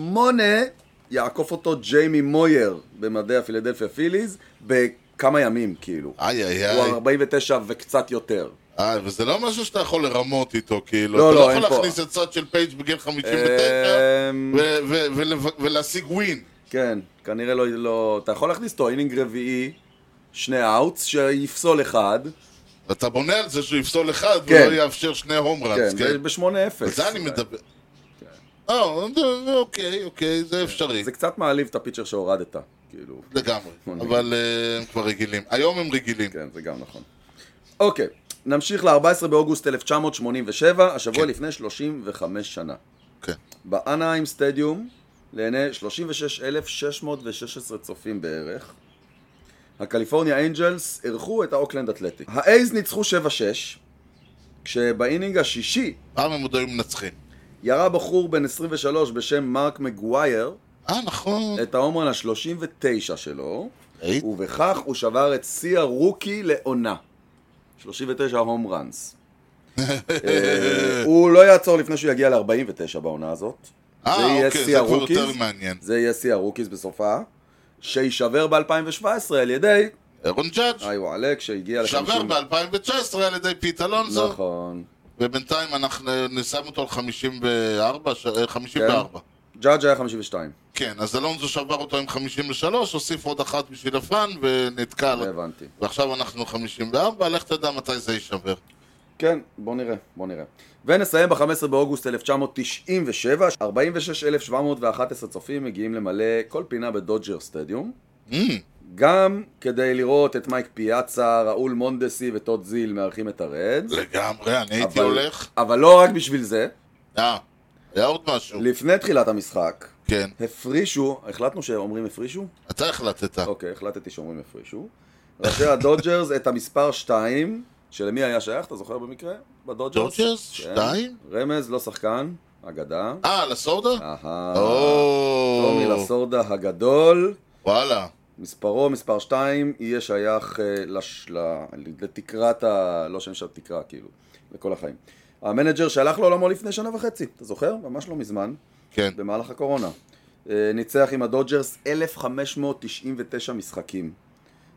Speaker 2: יעקוף אותו ג'יימי מויר במדי הפילדלפיה פיליז בכמה ימים, כאילו.
Speaker 1: איי איי
Speaker 2: הוא
Speaker 1: איי.
Speaker 2: 49 וקצת יותר.
Speaker 1: איי, וזה לא משהו שאתה יכול לרמות איתו, כאילו.
Speaker 2: לא,
Speaker 1: אתה
Speaker 2: לא,
Speaker 1: לא
Speaker 2: אין
Speaker 1: יכול
Speaker 2: פה.
Speaker 1: להכניס את צד של פייג' בגיל 59
Speaker 2: אמ,
Speaker 1: ו- ו- ולב- ולהשיג ווין.
Speaker 2: כן, כנראה לא, לא... אתה יכול להכניס אותו אינינג רביעי, שני אאוטס, שיפסול אחד,
Speaker 1: אתה בונה על זה שהוא יפסול אחד
Speaker 2: כן.
Speaker 1: ולא יאפשר שני הום ראנס,
Speaker 2: כן,
Speaker 1: כן?
Speaker 2: ב-8-0.
Speaker 1: על זה אני מדבר. אה, אוקיי, אוקיי, זה אפשרי.
Speaker 2: כן. זה קצת מעליב את הפיצ'ר שהורדת, כאילו.
Speaker 1: לגמרי. אבל אה, הם כבר רגילים. היום הם רגילים.
Speaker 2: כן, זה גם נכון. אוקיי, נמשיך ל-14 באוגוסט 1987, השבוע
Speaker 1: כן.
Speaker 2: לפני 35 שנה.
Speaker 1: כן.
Speaker 2: באנהיים סטדיום לעיני 36,616 צופים בערך. הקליפורניה אנג'לס אירחו את האוקלנד אתלטיק. האייז ניצחו 7-6, כשבאינינג השישי
Speaker 1: פעם הם עוד היו מנצחים.
Speaker 2: ירה בחור בן 23 בשם מרק מגווייר
Speaker 1: אה, נכון.
Speaker 2: את ההומרן ה-39 שלו,
Speaker 1: ראית?
Speaker 2: ובכך הוא שבר את שיא הרוקי לעונה. 39 הום ראנס. אה, הוא לא יעצור לפני שהוא יגיע ל-49 בעונה הזאת. זה
Speaker 1: אה,
Speaker 2: יהיה
Speaker 1: אוקיי,
Speaker 2: שיא
Speaker 1: זה כבר
Speaker 2: הרוקיז.
Speaker 1: יותר מעניין.
Speaker 2: זה יהיה שיא הרוקיז בסופה, שיישבר ב-2017 על ידי
Speaker 1: אירון ג'אדג'
Speaker 2: איו עלק שהגיע ל-50...
Speaker 1: שעבר ב-2019 על ידי פיט אלונזו,
Speaker 2: נכון.
Speaker 1: ובינתיים אנחנו נשים אותו על 54, ש- אה, 54.
Speaker 2: ג'אג' היה 52,
Speaker 1: כן, אז אלונזו שבר אותו עם 53, הוסיף עוד אחת בשביל הפאן, ונתקע
Speaker 2: זה
Speaker 1: לו.
Speaker 2: הבנתי.
Speaker 1: ועכשיו אנחנו 54, לך תדע מתי זה יישבר.
Speaker 2: כן, בוא נראה, בוא נראה. ונסיים ב-15 באוגוסט 1997, 46,711 צופים מגיעים למלא כל פינה בדודג'ר סטדיום,
Speaker 1: Mm,
Speaker 2: גם כדי לראות את מייק פיאצה, ראול מונדסי וטוד זיל מארחים את הרדס.
Speaker 1: לגמרי, אני הייתי
Speaker 2: אבל-
Speaker 1: הולך.
Speaker 2: אבל לא רק בשביל זה,
Speaker 1: אה, היה עוד משהו.
Speaker 2: לפני תחילת המשחק,
Speaker 1: כן,
Speaker 2: הפרישו, החלטנו שאומרים הפרישו?
Speaker 1: אתה החלטת.
Speaker 2: אוקיי, החלטתי שאומרים הפרישו. ראשי הדודג'רס את המספר 2, שלמי היה שייך, אתה זוכר במקרה? בדודג'רס?
Speaker 1: דודג'רס?
Speaker 2: כן.
Speaker 1: שתיים?
Speaker 2: רמז, לא שחקן, אגדה.
Speaker 1: אה, לסורדה?
Speaker 2: אהה.
Speaker 1: או,
Speaker 2: טומי לסורדה הגדול.
Speaker 1: וואלה.
Speaker 2: מספרו, מספר 2, יהיה שייך אה, לש... ל- לתקרת ה... לא שם של תקרה, כאילו, לכל החיים. המנג'ר שהלך לעולמו לפני שנה וחצי, אתה זוכר? ממש לא מזמן.
Speaker 1: כן.
Speaker 2: במהלך הקורונה. אה, ניצח עם הדודג'רס 1,599 משחקים,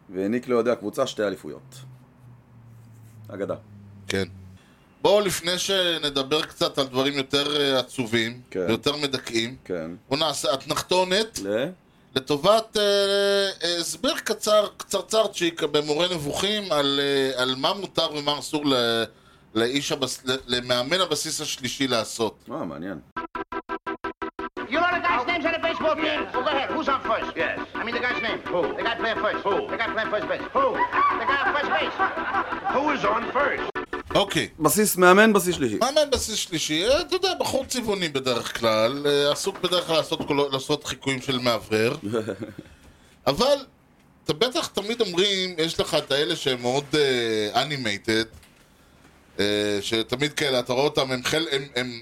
Speaker 2: והעניק לאוהדי הקבוצה שתי אליפויות. אגדה.
Speaker 1: כן. בואו לפני שנדבר קצת על דברים יותר אה, עצובים,
Speaker 2: כן.
Speaker 1: יותר מדכאים,
Speaker 2: כן.
Speaker 1: בואו נעשה אתנחתונת
Speaker 2: ל...
Speaker 1: לטובת אה, אה, הסבר קצר, קצרצרצ'יק במורה נבוכים על, אה, על מה מותר ומה אסור ל, לאיש הבס, ל- למאמן הבסיס השלישי לעשות.
Speaker 2: אה, מעניין.
Speaker 5: You know the guy's names on the baseball team? Well, go ahead. Who's on first? Yes. I mean the guy's name. Who? The guy playing first. Who? The guy playing first base. Who? The guy on first base. Who is on first?
Speaker 1: אוקיי.
Speaker 2: בסיס מאמן, בסיס שלישי.
Speaker 1: מאמן בסיס שלישי, אה, אתה יודע, בחור צבעוני בדרך כלל, אה, עסוק בדרך כלל לעשות, קולו- לעשות חיקויים של מאוורר. אבל, אתה בטח תמיד אומרים, יש לך את האלה שהם מאוד אנימייטד, שתמיד כאלה, אתה רואה אותם, הם, חל, הם, הם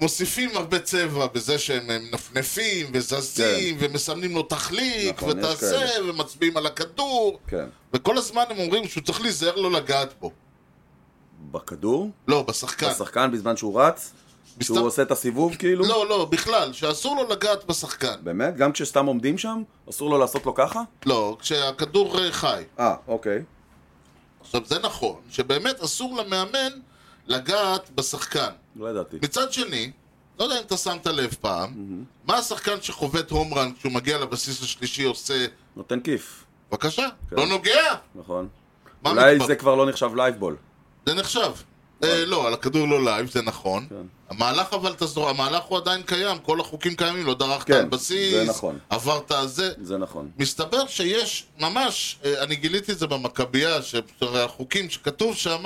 Speaker 1: מוסיפים הרבה צבע בזה שהם הם מנפנפים וזזים, ומסמנים לו תחליק,
Speaker 2: כן. נכון, יש
Speaker 1: ותעשה,
Speaker 2: כאלה.
Speaker 1: ומצביעים על הכדור,
Speaker 2: כן.
Speaker 1: וכל הזמן הם אומרים שהוא צריך להיזהר לא לגעת בו.
Speaker 2: בכדור?
Speaker 1: לא, בשחקן.
Speaker 2: בשחקן בזמן שהוא רץ? שהוא
Speaker 1: מסתבר-
Speaker 2: עושה את הסיבוב כאילו?
Speaker 1: לא, לא, בכלל, שאסור לו לגעת בשחקן.
Speaker 2: באמת? גם כשסתם עומדים שם? אסור לו לעשות לו ככה?
Speaker 1: לא, כשהכדור אה, חי.
Speaker 2: אה, אוקיי.
Speaker 1: עכשיו, זה נכון, שבאמת אסור למאמן לגעת בשחקן.
Speaker 2: לא ידעתי.
Speaker 1: מצד שני, לא יודע אם אתה שמת לב פעם, מה השחקן שחובט הום רן כשהוא מגיע לבסיס השלישי עושה,
Speaker 2: נותן כיף,
Speaker 1: בבקשה, לא נוגע?
Speaker 2: נכון?
Speaker 1: מה
Speaker 2: כן. אולי
Speaker 1: מתפר-
Speaker 2: זה כבר לא נחשב לייבבול.
Speaker 1: זה נחשב. אה, לא, על הכדור לא לייב, זה נכון.
Speaker 2: כן.
Speaker 1: המהלך אבל, אתה זו- המהלך הוא עדיין קיים, כל החוקים קיימים, לא דרכת
Speaker 2: כן,
Speaker 1: על בסיס,
Speaker 2: זה נכון.
Speaker 1: עברת על זה.
Speaker 2: זה נכון.
Speaker 1: מסתבר שיש ממש, אה, אני גיליתי את זה במכבייה, שהחוקים שכתוב שם,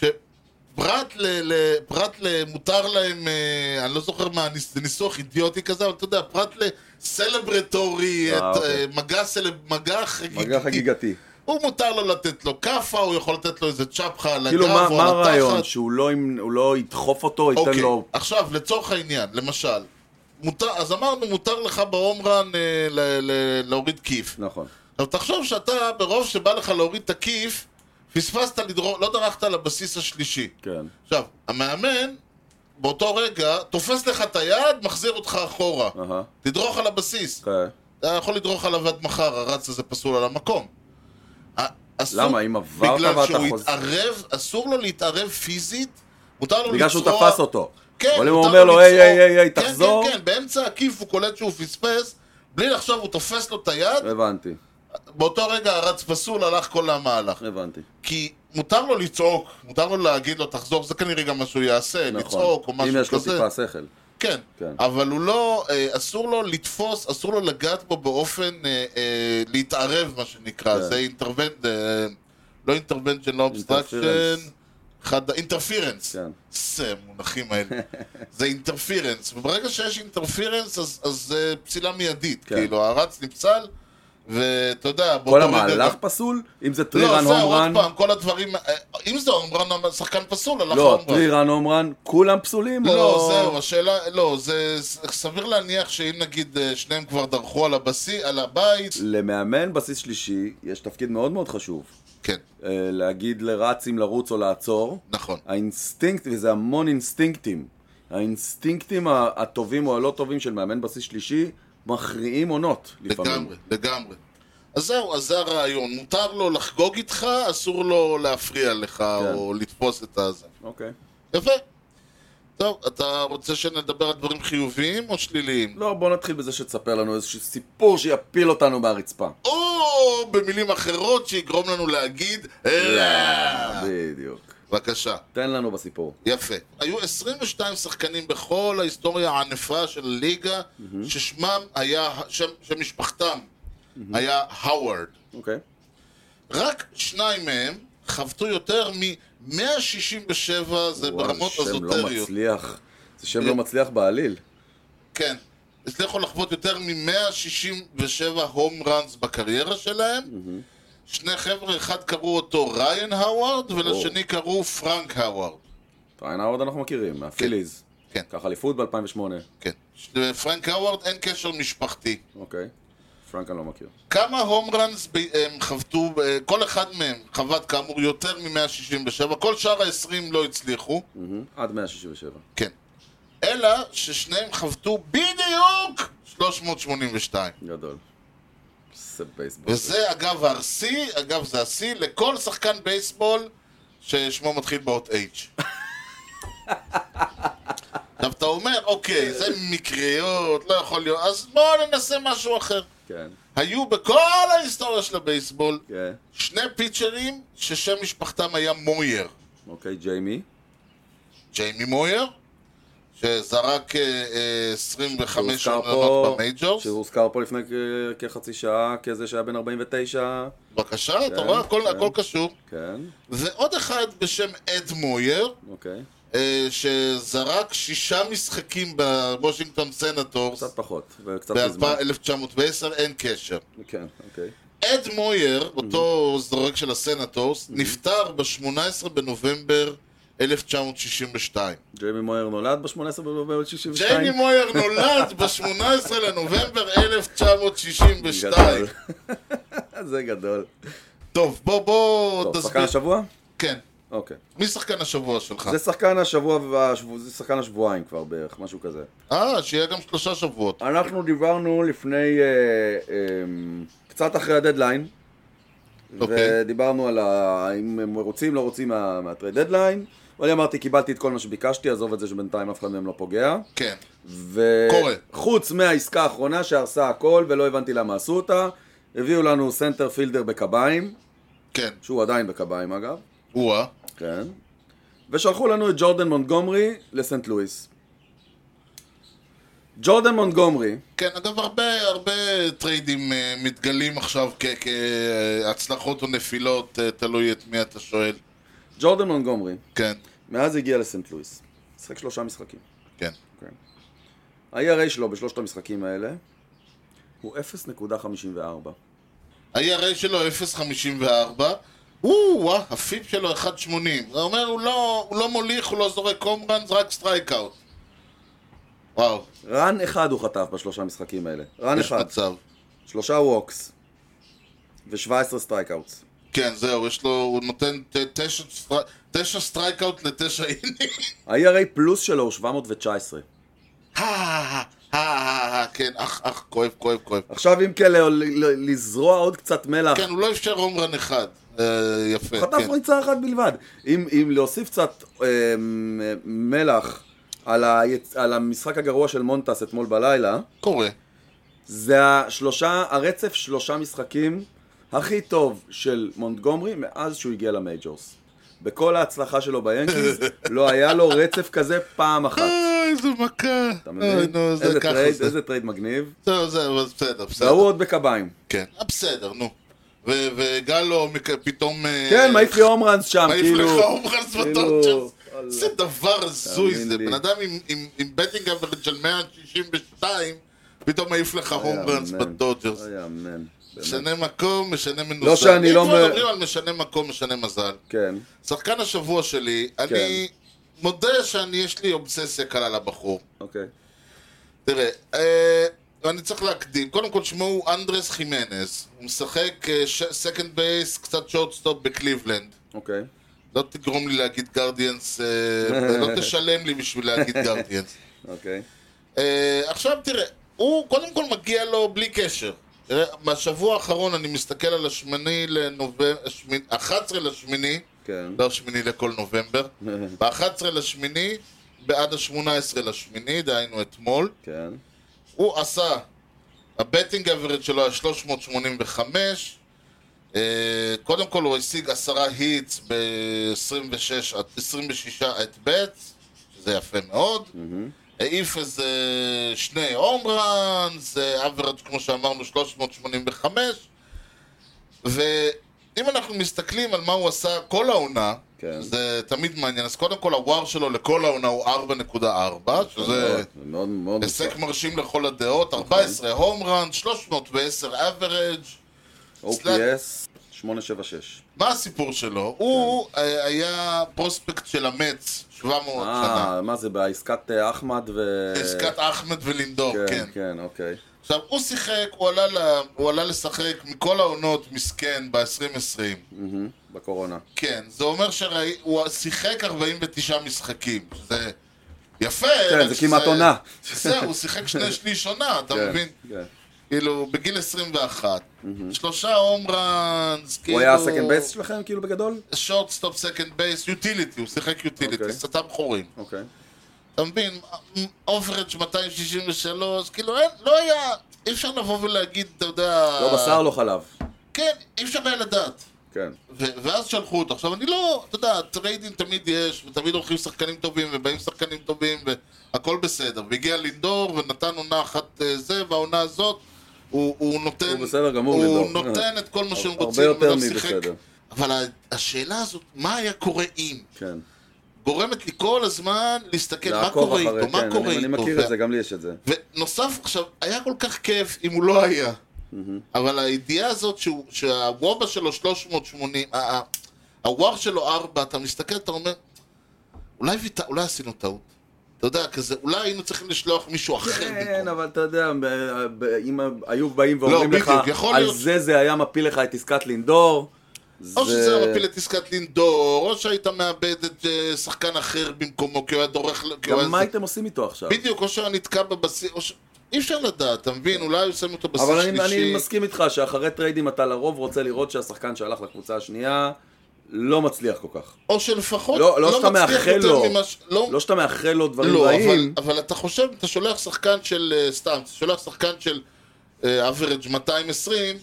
Speaker 1: שפרט ל, ל, פרט ל... מותר להם, אה, אני לא זוכר מה, ניס- זה ניסוח אידיוטי כזה, אבל אתה יודע, פרט לסלברטורי,
Speaker 2: אה,
Speaker 1: את,
Speaker 2: אוקיי.
Speaker 1: אה, מגע, סלב, מגע חגיגי.
Speaker 2: מגע חגיגתי.
Speaker 1: הוא מותר לו לתת לו כאפה, הוא יכול לתת לו איזה צ'פחה על הגב
Speaker 2: כאילו,
Speaker 1: או על
Speaker 2: מה
Speaker 1: התחת.
Speaker 2: מה הרעיון? שהוא לא ימ- הוא לא ידחוף אותו, ייתן
Speaker 1: אוקיי,
Speaker 2: לו...
Speaker 1: עכשיו, לצורך העניין, למשל, מותר, אז אמרנו, מותר לך בעומרן אה, ל- ל- להוריד כיף.
Speaker 2: נכון.
Speaker 1: עכשיו תחשוב שאתה, ברוב שבא לך להוריד תקיף, פספסת, לדרור, לא דרכת לבסיס השלישי.
Speaker 2: כן.
Speaker 1: עכשיו, המאמן באותו רגע תופס לך את היד, מחזיר אותך אחורה.
Speaker 2: אהה.
Speaker 1: תדרוך על הבסיס.
Speaker 2: אוקיי.
Speaker 1: אתה יכול לדרוך עליו עד מחר, הרץ הזה פסול על המקום. ה- אסור-
Speaker 2: למה? אם עברת ואתה
Speaker 1: בגלל שהוא
Speaker 2: חוזר-
Speaker 1: התערב, אסור לו להתערב פיזית, מותר לו
Speaker 2: בגלל שהוא
Speaker 1: לצרוח-
Speaker 2: תפס אותו.
Speaker 1: כן,
Speaker 2: אבל אם הוא
Speaker 1: מותר
Speaker 2: אומר לו, היי,
Speaker 1: לצרוח-
Speaker 2: היי, היי, היי,
Speaker 1: כן,
Speaker 2: תחזור,
Speaker 1: כן, כן, באמצע העקיף הוא קולט שהוא פספס, בלי לחשוב הוא תופס לו את היד,
Speaker 2: הבנתי.
Speaker 1: באותו רגע הרץ פסול, הלך כל המהלך.
Speaker 2: הבנתי.
Speaker 1: כי מותר לו לצעוק, מותר לו להגיד לו תחזור, זה כנראה גם מה שהוא יעשה,
Speaker 2: נכון.
Speaker 1: לצעוק או
Speaker 2: אם
Speaker 1: משהו
Speaker 2: יש לו
Speaker 1: כזה.
Speaker 2: טיפה שכל.
Speaker 1: כן.
Speaker 2: כן.
Speaker 1: אבל הוא לא, אה, אסור לו לתפוס, אסור לו לגעת בו באופן, אה, אה, להתערב מה שנקרא,
Speaker 2: כן.
Speaker 1: זה אינטרוונט, אה, לא אינטרוונצ'ן, לא אובסטרקשן, אינטרפירנס,
Speaker 2: כן.
Speaker 1: זה המונחים האלה, זה אינטרפירנס, וברגע שיש אינטרפירנס אז- אז זה פסילה מיידית,
Speaker 2: כן.
Speaker 1: כאילו הרץ נפסל, ואתה יודע,
Speaker 2: כל
Speaker 1: רגע
Speaker 2: המהלך
Speaker 1: גם-
Speaker 2: פסול? אם זה טרי
Speaker 1: לא,
Speaker 2: רן
Speaker 1: זהו,
Speaker 2: הום
Speaker 1: עוד
Speaker 2: רן?
Speaker 1: פעם, כל הדברים, אה, אם זה הום רן, שחקן פסול, הלך
Speaker 2: לא,
Speaker 1: הום רן.
Speaker 2: טרי רן הום רן, כולם פסולים?
Speaker 1: לא,
Speaker 2: או-
Speaker 1: זהו, השאלה, לא, זה סביר להניח שאם נגיד אה, שניהם כבר דרכו על הבסיס, על הבית,
Speaker 2: למאמן בסיס שלישי יש תפקיד מאוד מאוד חשוב.
Speaker 1: כן,
Speaker 2: אה, להגיד לרץ אם לרוץ או לעצור.
Speaker 1: נכון.
Speaker 2: האינסטינקט, וזה המון אינסטינקטים. האינסטינקטים ה- הטובים או הלא טובים של מאמן בסיס שלישי מכריעים עונות לפעמים.
Speaker 1: לגמרי, לגמרי. אז זהו, אז זה הרעיון. מותר לו לחגוג איתך, אסור לו להפריע לך
Speaker 2: כן.
Speaker 1: או לתפוס את הזה.
Speaker 2: אוקיי.
Speaker 1: יפה. טוב, אתה רוצה שנדבר על דברים חיוביים או שליליים?
Speaker 2: לא, בוא נתחיל בזה שתספר לנו איזשהו סיפור שיפיל אותנו מהרצפה.
Speaker 1: או במילים אחרות שיגרום לנו להגיד, לא.
Speaker 2: בדיוק.
Speaker 1: בבקשה.
Speaker 2: תן לנו בסיפור.
Speaker 1: יפה. היו 22 שחקנים בכל ההיסטוריה הענפה של הליגה, ששמם היה, שם, שמשפחתם היה האוורד.
Speaker 2: אוקיי.
Speaker 1: רק שניים מהם חבטו יותר מ-167, זה
Speaker 2: וואו,
Speaker 1: ברמות
Speaker 2: שם לא
Speaker 1: אזוטריות. אה.
Speaker 2: מצליח. זה שם לא מצליח בעליל.
Speaker 1: כן. הצליחו לחוות יותר מ-167 הום ראנס בקריירה שלהם. שני חבר'ה, אחד קראו אותו ריין האווארד, ולשני קראו פרנק האווארד.
Speaker 2: טיינאורד אנחנו מכירים, מהפיליז.
Speaker 1: כן.
Speaker 2: קח אליפות ב-2008.
Speaker 1: כן. לפרנק האווארד אין קשר משפחתי.
Speaker 2: אוקיי. פרנק אני לא מכיר.
Speaker 1: כמה הום ראנס ב- הם חבטו, אה, כל אחד מהם חבט כאמור יותר מ-167, כל שאר ה-20 לא הצליחו,
Speaker 2: מהמם. עד 167.
Speaker 1: כן. אלא ששניהם חבטו בדיוק 382.
Speaker 2: גדול. זה בייסבול.
Speaker 1: וזה אגב השיא, אגב זה השיא, לכל שחקן בייסבול ששמו מתחיל באות H. עכשיו אתה אומר, אוקיי, זה מקריות, לא יכול להיות, אז בואו ננסה משהו אחר.
Speaker 2: כן.
Speaker 1: היו בכל ההיסטוריה של הבייסבול
Speaker 2: כן.
Speaker 1: שני פיצ'רים ששם משפחתם היה מויר.
Speaker 2: אוקיי, ג'יימי.
Speaker 1: ג'יימי מויר, שזרק אה, אה, 25
Speaker 2: שהוזכר
Speaker 1: רנות
Speaker 2: פה-
Speaker 1: במייג'ורס.
Speaker 2: שהוזכר פה לפני כ- כחצי שעה, כזה שהיה בן 49.
Speaker 1: בבקשה, אתה
Speaker 2: כן,
Speaker 1: רואה, הכל,
Speaker 2: כן.
Speaker 1: הכל קשור.
Speaker 2: כן.
Speaker 1: ועוד אחד בשם אד מויר,
Speaker 2: אוקיי.
Speaker 1: אה, שזרק שישה משחקים בוושינגטון סנטורס
Speaker 2: קצת פחות. וקצת בזמן.
Speaker 1: ב-1910, אין קשר.
Speaker 2: כן, אוקיי.
Speaker 1: אד מויר,
Speaker 2: Mm-hmm.
Speaker 1: אותו זורק של הסנטורס, נפטר ב-18 בנובמבר 1962.
Speaker 2: ג'יימי מויר נולד ב-18 בנובמבר 62.
Speaker 1: ג'יימי מויר נולד ב-18 לנובמבר 1962.
Speaker 2: גדול. זה גדול.
Speaker 1: טוב, בוא, בוא
Speaker 2: טוב, שחקן
Speaker 1: לא תסביר.
Speaker 2: השבוע?
Speaker 1: כן.
Speaker 2: אוקיי.
Speaker 1: מי שחקן השבוע שלך?
Speaker 2: זה שחקן השבוע, והשבוע- זה שחקן השבועיים כבר בערך, משהו כזה.
Speaker 1: אה, שיהיה גם שלושה שבועות.
Speaker 2: אנחנו דיברנו לפני, אה, אה, קצת אחרי הדדליין,
Speaker 1: אוקיי.
Speaker 2: ודיברנו על ה- האם הם רוצים, לא רוצים מה- מהטרי דדליין. ואני אמרתי, קיבלתי את כל מה שביקשתי, עזוב את זה שבינתיים אף אחד מהם לא פוגע.
Speaker 1: כן. קורה.
Speaker 2: וחוץ מהעסקה האחרונה שהרסה הכל, ולא הבנתי למה עשו אותה, הביאו לנו סנטר פילדר בקביים,
Speaker 1: כן.
Speaker 2: שהוא עדיין בקביים אגב,
Speaker 1: או-אה.
Speaker 2: כן, ושלחו לנו את ג'ורדן מונטגומרי לסנט לואיס. ג'ורדן מונטגומרי,
Speaker 1: כן, אגב, הרבה, הרבה טריידים אה, מתגלים עכשיו כ- כהצלחות או נפילות, אה, תלוי את מי אתה שואל.
Speaker 2: ג'ורדן מונטגומרי,
Speaker 1: כן,
Speaker 2: מאז הגיע לסנט לואיס. משחק שלושה משחקים.
Speaker 1: כן.
Speaker 2: ה-ERA שלו בשלושת המשחקים האלה הוא 0.54.
Speaker 1: ה-ERA שלו 0.54, וואו, הפיפ שלו 1.80. זה אומר, הוא לא, הוא לא מוליך, הוא לא זורק הום ראנס, רק סטרייק אאוט. וואו,
Speaker 2: רן אחד הוא חטף בשלושה המשחקים האלה. רן
Speaker 1: יש
Speaker 2: אחד.
Speaker 1: מצב.
Speaker 2: שלושה ווקס ו-17 סטרייקאוטס.
Speaker 1: כן, זהו, יש לו, הוא נותן ת- תשע סטרי- תשע סטרייק אאוט לתשע אינינג.
Speaker 2: ה-ERA פלוס שלו הוא 719.
Speaker 1: כן, אך, אך, כואב, כואב, כואב.
Speaker 2: עכשיו אם כן ל- ל- לזרוע עוד קצת מלח.
Speaker 1: כן, הוא לא אפשר הום רן אחד. אה, יפה,
Speaker 2: חטף
Speaker 1: כן.
Speaker 2: ריצה אחת בלבד. אם, אם להוסיף קצת אה, מ- מלח על, היצ... על המשחק הגרוע של מונטס אתמול בלילה,
Speaker 1: קורה.
Speaker 2: זה השלושה, הרצף שלושה משחקים הכי טוב של מונטגומרי מאז שהוא הגיע למייג'ורס. בכל ההצלחה שלו ביאנקיז, לא היה לו רצף כזה פעם אחת.
Speaker 1: אה, איזה מכה.
Speaker 2: אתה
Speaker 1: אוי,
Speaker 2: מבין?
Speaker 1: אה, נו,
Speaker 2: איזה
Speaker 1: זה ככה
Speaker 2: טרייד,
Speaker 1: זה.
Speaker 2: איזה טרייד מגניב.
Speaker 1: טוב, זהו, אז בסדר, בסדר.
Speaker 2: והוא עוד בקביים.
Speaker 1: כן, אה, בסדר, נו. ו- וגלו מק- פתאום... אה,
Speaker 2: כן, מעיף לי הומרנס שם,
Speaker 1: מעיף
Speaker 2: כאילו...
Speaker 1: לך אומרס בטורצ'רס.
Speaker 2: וואלה.
Speaker 1: זה דבר הזוי
Speaker 2: תאמין
Speaker 1: זה.
Speaker 2: לי.
Speaker 1: בן אדם עם- עם- עם בטינג אברג' של 162, פתאום מעיף לך הומרנס
Speaker 2: אה, אמן.
Speaker 1: בדודג'רס.
Speaker 2: לא יאמן. באמת.
Speaker 1: משנה מקום, משנה מנוסה.
Speaker 2: לא שאני לא
Speaker 1: אם
Speaker 2: מ-
Speaker 1: כבר מדברים על משנה מקום, משנה מזל.
Speaker 2: כן.
Speaker 1: שחקן השבוע שלי, אני מודה שאני, יש לי אובססיה קלה לבחור.
Speaker 2: אוקיי.
Speaker 1: תראה, אה, אני צריך להקדים. קודם כל שמו הוא אנדרס חימנס. הוא משחק אה, סקנד בייס, קצת שורטסטופ בקליבלנד.
Speaker 2: אוקיי.
Speaker 1: לא תגרום לי להגיד גרדיאנס, אה, לא תשלם לי בשביל להגיד גרדיאנס.
Speaker 2: אוקיי.
Speaker 1: אה, עכשיו תראה, הוא קודם כל מגיע לו בלי קשר. תראה, בשבוע האחרון אני מסתכל על השמיני לנובמבר, השמינ- 11 לשמיני,
Speaker 2: כן.
Speaker 1: לא השמיני לכל נובמבר, ב-11 לשמיני בעד ה-18 לשמיני, דהיינו אתמול.
Speaker 2: כן.
Speaker 1: הוא עשה, הבטינג אברד שלו היה 385, אה, קודם כל הוא השיג עשרה היטס ב-26 את בט, שזה יפה מאוד, העיף איזה שני הומראנס, אברד כמו שאמרנו 385, ואם אנחנו מסתכלים על מה הוא עשה כל העונה,
Speaker 2: כן.
Speaker 1: זה תמיד מעניין, אז קודם כל הוואר שלו לכל העונה הוא 4.4, שזה...
Speaker 2: נכון מאוד מאוד...
Speaker 1: הישג מרשים לכל הדעות, 14
Speaker 2: אוקיי.
Speaker 1: הום ראן, 310 אברג'
Speaker 2: OPS 876.
Speaker 1: מה הסיפור שלו?
Speaker 2: כן.
Speaker 1: הוא אה, היה פרוספקט של המץ 700 שנה.
Speaker 2: אה, מה זה, בעסקת אה, אחמד ו...
Speaker 1: עסקת אחמד ולינדור, כן.
Speaker 2: כן, כן, אוקיי.
Speaker 1: עכשיו, הוא שיחק, הוא עלה ל- הוא עלה לשחק מכל העונות מסכן ב-2020.
Speaker 2: מהמם, בקורונה.
Speaker 1: כן, זה אומר שהוא שיחק 49 משחקים. זה יפה.
Speaker 2: כן, זה כמעט עונה.
Speaker 1: זהו, הוא שיחק שני שליש עונה, אתה
Speaker 2: כן,
Speaker 1: מבין?
Speaker 2: כן.
Speaker 1: כאילו, בגיל 21. שלושה הום ראנס, כאילו...
Speaker 2: הוא היה הסקנד בייס שלכם, כאילו, בגדול?
Speaker 1: שורטסטופ, סקנד בייס, יוטיליטי, הוא שיחק יוטיליטי,
Speaker 2: אוקיי.
Speaker 1: סתם חורים.
Speaker 2: אוקיי.
Speaker 1: אתה מבין? אוברג' 263, כאילו, אין, לא היה... אי אפשר לבוא ולהגיד, אתה יודע...
Speaker 2: לא בשר, לא חלב.
Speaker 1: כן, אי אפשר היה לדעת.
Speaker 2: כן.
Speaker 1: ו- ואז שלחו אותו. עכשיו, אני לא, אתה יודע, טריידים תמיד יש, ותמיד הולכים שחקנים טובים, ובאים שחקנים טובים, והכל בסדר. והגיע לינדור, ונתן עונה אחת אה, זה, והעונה הזאת, הוא, הוא נותן...
Speaker 2: הוא בסדר גמור,
Speaker 1: הוא
Speaker 2: לינדור.
Speaker 1: נותן את כל מה שהם
Speaker 2: הרבה
Speaker 1: רוצים,
Speaker 2: יותר
Speaker 1: ולא שיחק.
Speaker 2: מבסדר.
Speaker 1: אבל ה- השאלה הזאת, מה היה קורה אם?
Speaker 2: כן.
Speaker 1: גורמת לי כל הזמן להסתכל מה
Speaker 2: לעקוב
Speaker 1: קורה
Speaker 2: אחרי,
Speaker 1: איתו, מה
Speaker 2: כן,
Speaker 1: קורה
Speaker 2: אני-
Speaker 1: איתו.
Speaker 2: אני מכיר
Speaker 1: ו-
Speaker 2: את זה, גם לי יש את זה.
Speaker 1: ונוסף עכשיו, היה כל כך כיף אם הוא לא היה. אבל הידיעה הזאת שהוא- שהוובה שלו 380, ה- ה- הוואר שלו 4, אתה מסתכל, אתה אומר, אולי ויתר- אולי עשינו טעות. אתה יודע, כזה, אולי היינו צריכים לשלוח מישהו אחר
Speaker 2: כן,
Speaker 1: במקום.
Speaker 2: אבל אתה יודע, ב- ב- אם היו באים ואומרים
Speaker 1: לא, בדיוק,
Speaker 2: לך,
Speaker 1: יכול
Speaker 2: על
Speaker 1: להיות-
Speaker 2: זה זה היה מפיל לך את עסקת לינדור.
Speaker 1: או
Speaker 2: זה-
Speaker 1: שזה היה מפיל את עסקת לינדור, או שהיית מאבד את אה, שחקן אחר במקומו, כי הוא היה דורך... ל- כי הוא היה
Speaker 2: גם מה
Speaker 1: זה-
Speaker 2: הייתם עושים איתו עכשיו?
Speaker 1: בדיוק, או שהיה נתקע בבסיס, או ש... אי אפשר לדעת, אתה מבין? אולי היו שמים אותו בסיס
Speaker 2: אבל
Speaker 1: שלישי.
Speaker 2: אני, אני מסכים איתך שאחרי טריידים אתה לרוב רוצה לראות שהשחקן שהלך לקבוצה השנייה לא מצליח כל כך.
Speaker 1: או שלפחות
Speaker 2: לא, לא שאתה
Speaker 1: מצליח
Speaker 2: מאחל
Speaker 1: יותר
Speaker 2: לו.
Speaker 1: ממה ש- לא,
Speaker 2: לא שאתה מאחל לו דברים
Speaker 1: לא אבל,
Speaker 2: רעים.
Speaker 1: אבל אתה חושב, אתה שולח שחקן של, אה, סתם, אתה שולח שחקן של אה, אברג' 220,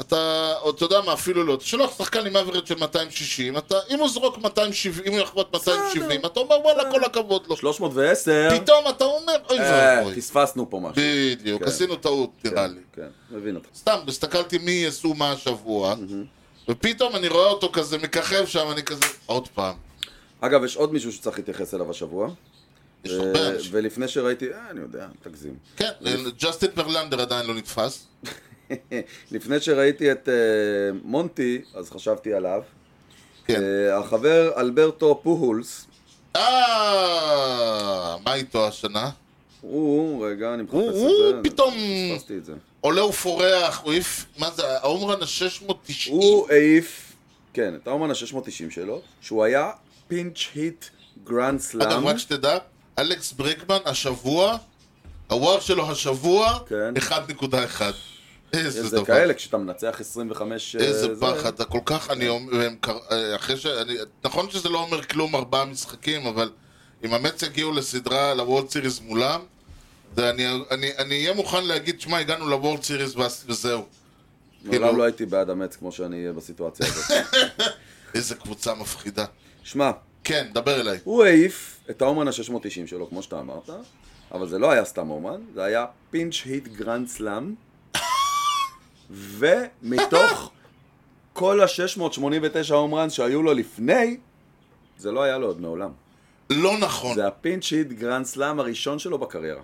Speaker 1: אתה, או אתה יודע מה, אפילו לא, אתה שולח שחקן עם אברג' של 260, אתה, אם הוא זרוק 270, אם הוא יחבוט 270, אתה אומר וואלה, כל הכבוד לו.
Speaker 2: 310,
Speaker 1: פתאום אתה אומר, אוי
Speaker 2: אה,
Speaker 1: ואבוי.
Speaker 2: פספסנו פה משהו.
Speaker 1: בדיוק,
Speaker 2: כן.
Speaker 1: עשינו טעות, נראה לי.
Speaker 2: כן, מבין אותך.
Speaker 1: סתם, הסתכלתי מי יעשו מה השבוע, ופתאום אני רואה אותו כזה מככב שם, אני כזה, עוד פעם.
Speaker 2: אגב, יש עוד מישהו שצריך להתייחס אליו השבוע.
Speaker 1: יש
Speaker 2: ו-
Speaker 1: הרבה אנשים.
Speaker 2: ולפני שראיתי, אה, אני יודע, תגזים.
Speaker 1: כן,
Speaker 2: אה,
Speaker 1: ג'סטין ברלנדר עדיין לא נתפס.
Speaker 2: לפני שראיתי את אה, מונטי, אז חשבתי עליו.
Speaker 1: כן.
Speaker 2: אה, החבר אלברטו פוהולס,
Speaker 1: אה, מה איתו השנה?
Speaker 2: הוא, רגע, אני מחפש
Speaker 1: הוא-
Speaker 2: את
Speaker 1: הוא
Speaker 2: זה. אני-
Speaker 1: פתאום-
Speaker 2: פספסתי את זה.
Speaker 1: עולה ופורח, הוא העיף, מה זה, האומרן ה-690?
Speaker 2: הוא העיף, כן, את האומן ה-690 שלו, שהוא היה פינץ' היט גרנד סלאם.
Speaker 1: אגב, רק שתדע, אלכס ברקמן השבוע, הוואר שלו השבוע,
Speaker 2: כן.
Speaker 1: 1.1. איזה
Speaker 2: זה
Speaker 1: דבר.
Speaker 2: כאלה, כשאתה מנצח 25... אה,
Speaker 1: איזה
Speaker 2: זה- כן.
Speaker 1: פחד, אתה כל כך, אני אומר, והם קר- אה, אחרי ש... אני- נכון שזה לא אומר כלום ארבעה משחקים, אבל אם המץ יגיעו לסדרה, לוולד סיריס מולם, זה אני אני- אני אהיה מוכן להגיד, שמע, הגענו לוולד סיריס ואז- וזהו.
Speaker 2: מעולם לא הייתי בעד המץ כמו שאני אהיה בסיטואציה הזאת.
Speaker 1: איזה קבוצה מפחידה.
Speaker 2: שמע,
Speaker 1: כן, דבר אליי.
Speaker 2: הוא העיף את האומן ה-690 שלו, כמו שאתה אמרת, אבל זה לא היה סתם אומן, זה היה פינץ' היט גרנד סלאם, ומתוך כל ה-689 אומרנס שהיו לו לפני, זה לא היה לו עוד מעולם.
Speaker 1: לא נכון.
Speaker 2: זה הפינץ' היט גרנד סלאם הראשון שלו בקריירה.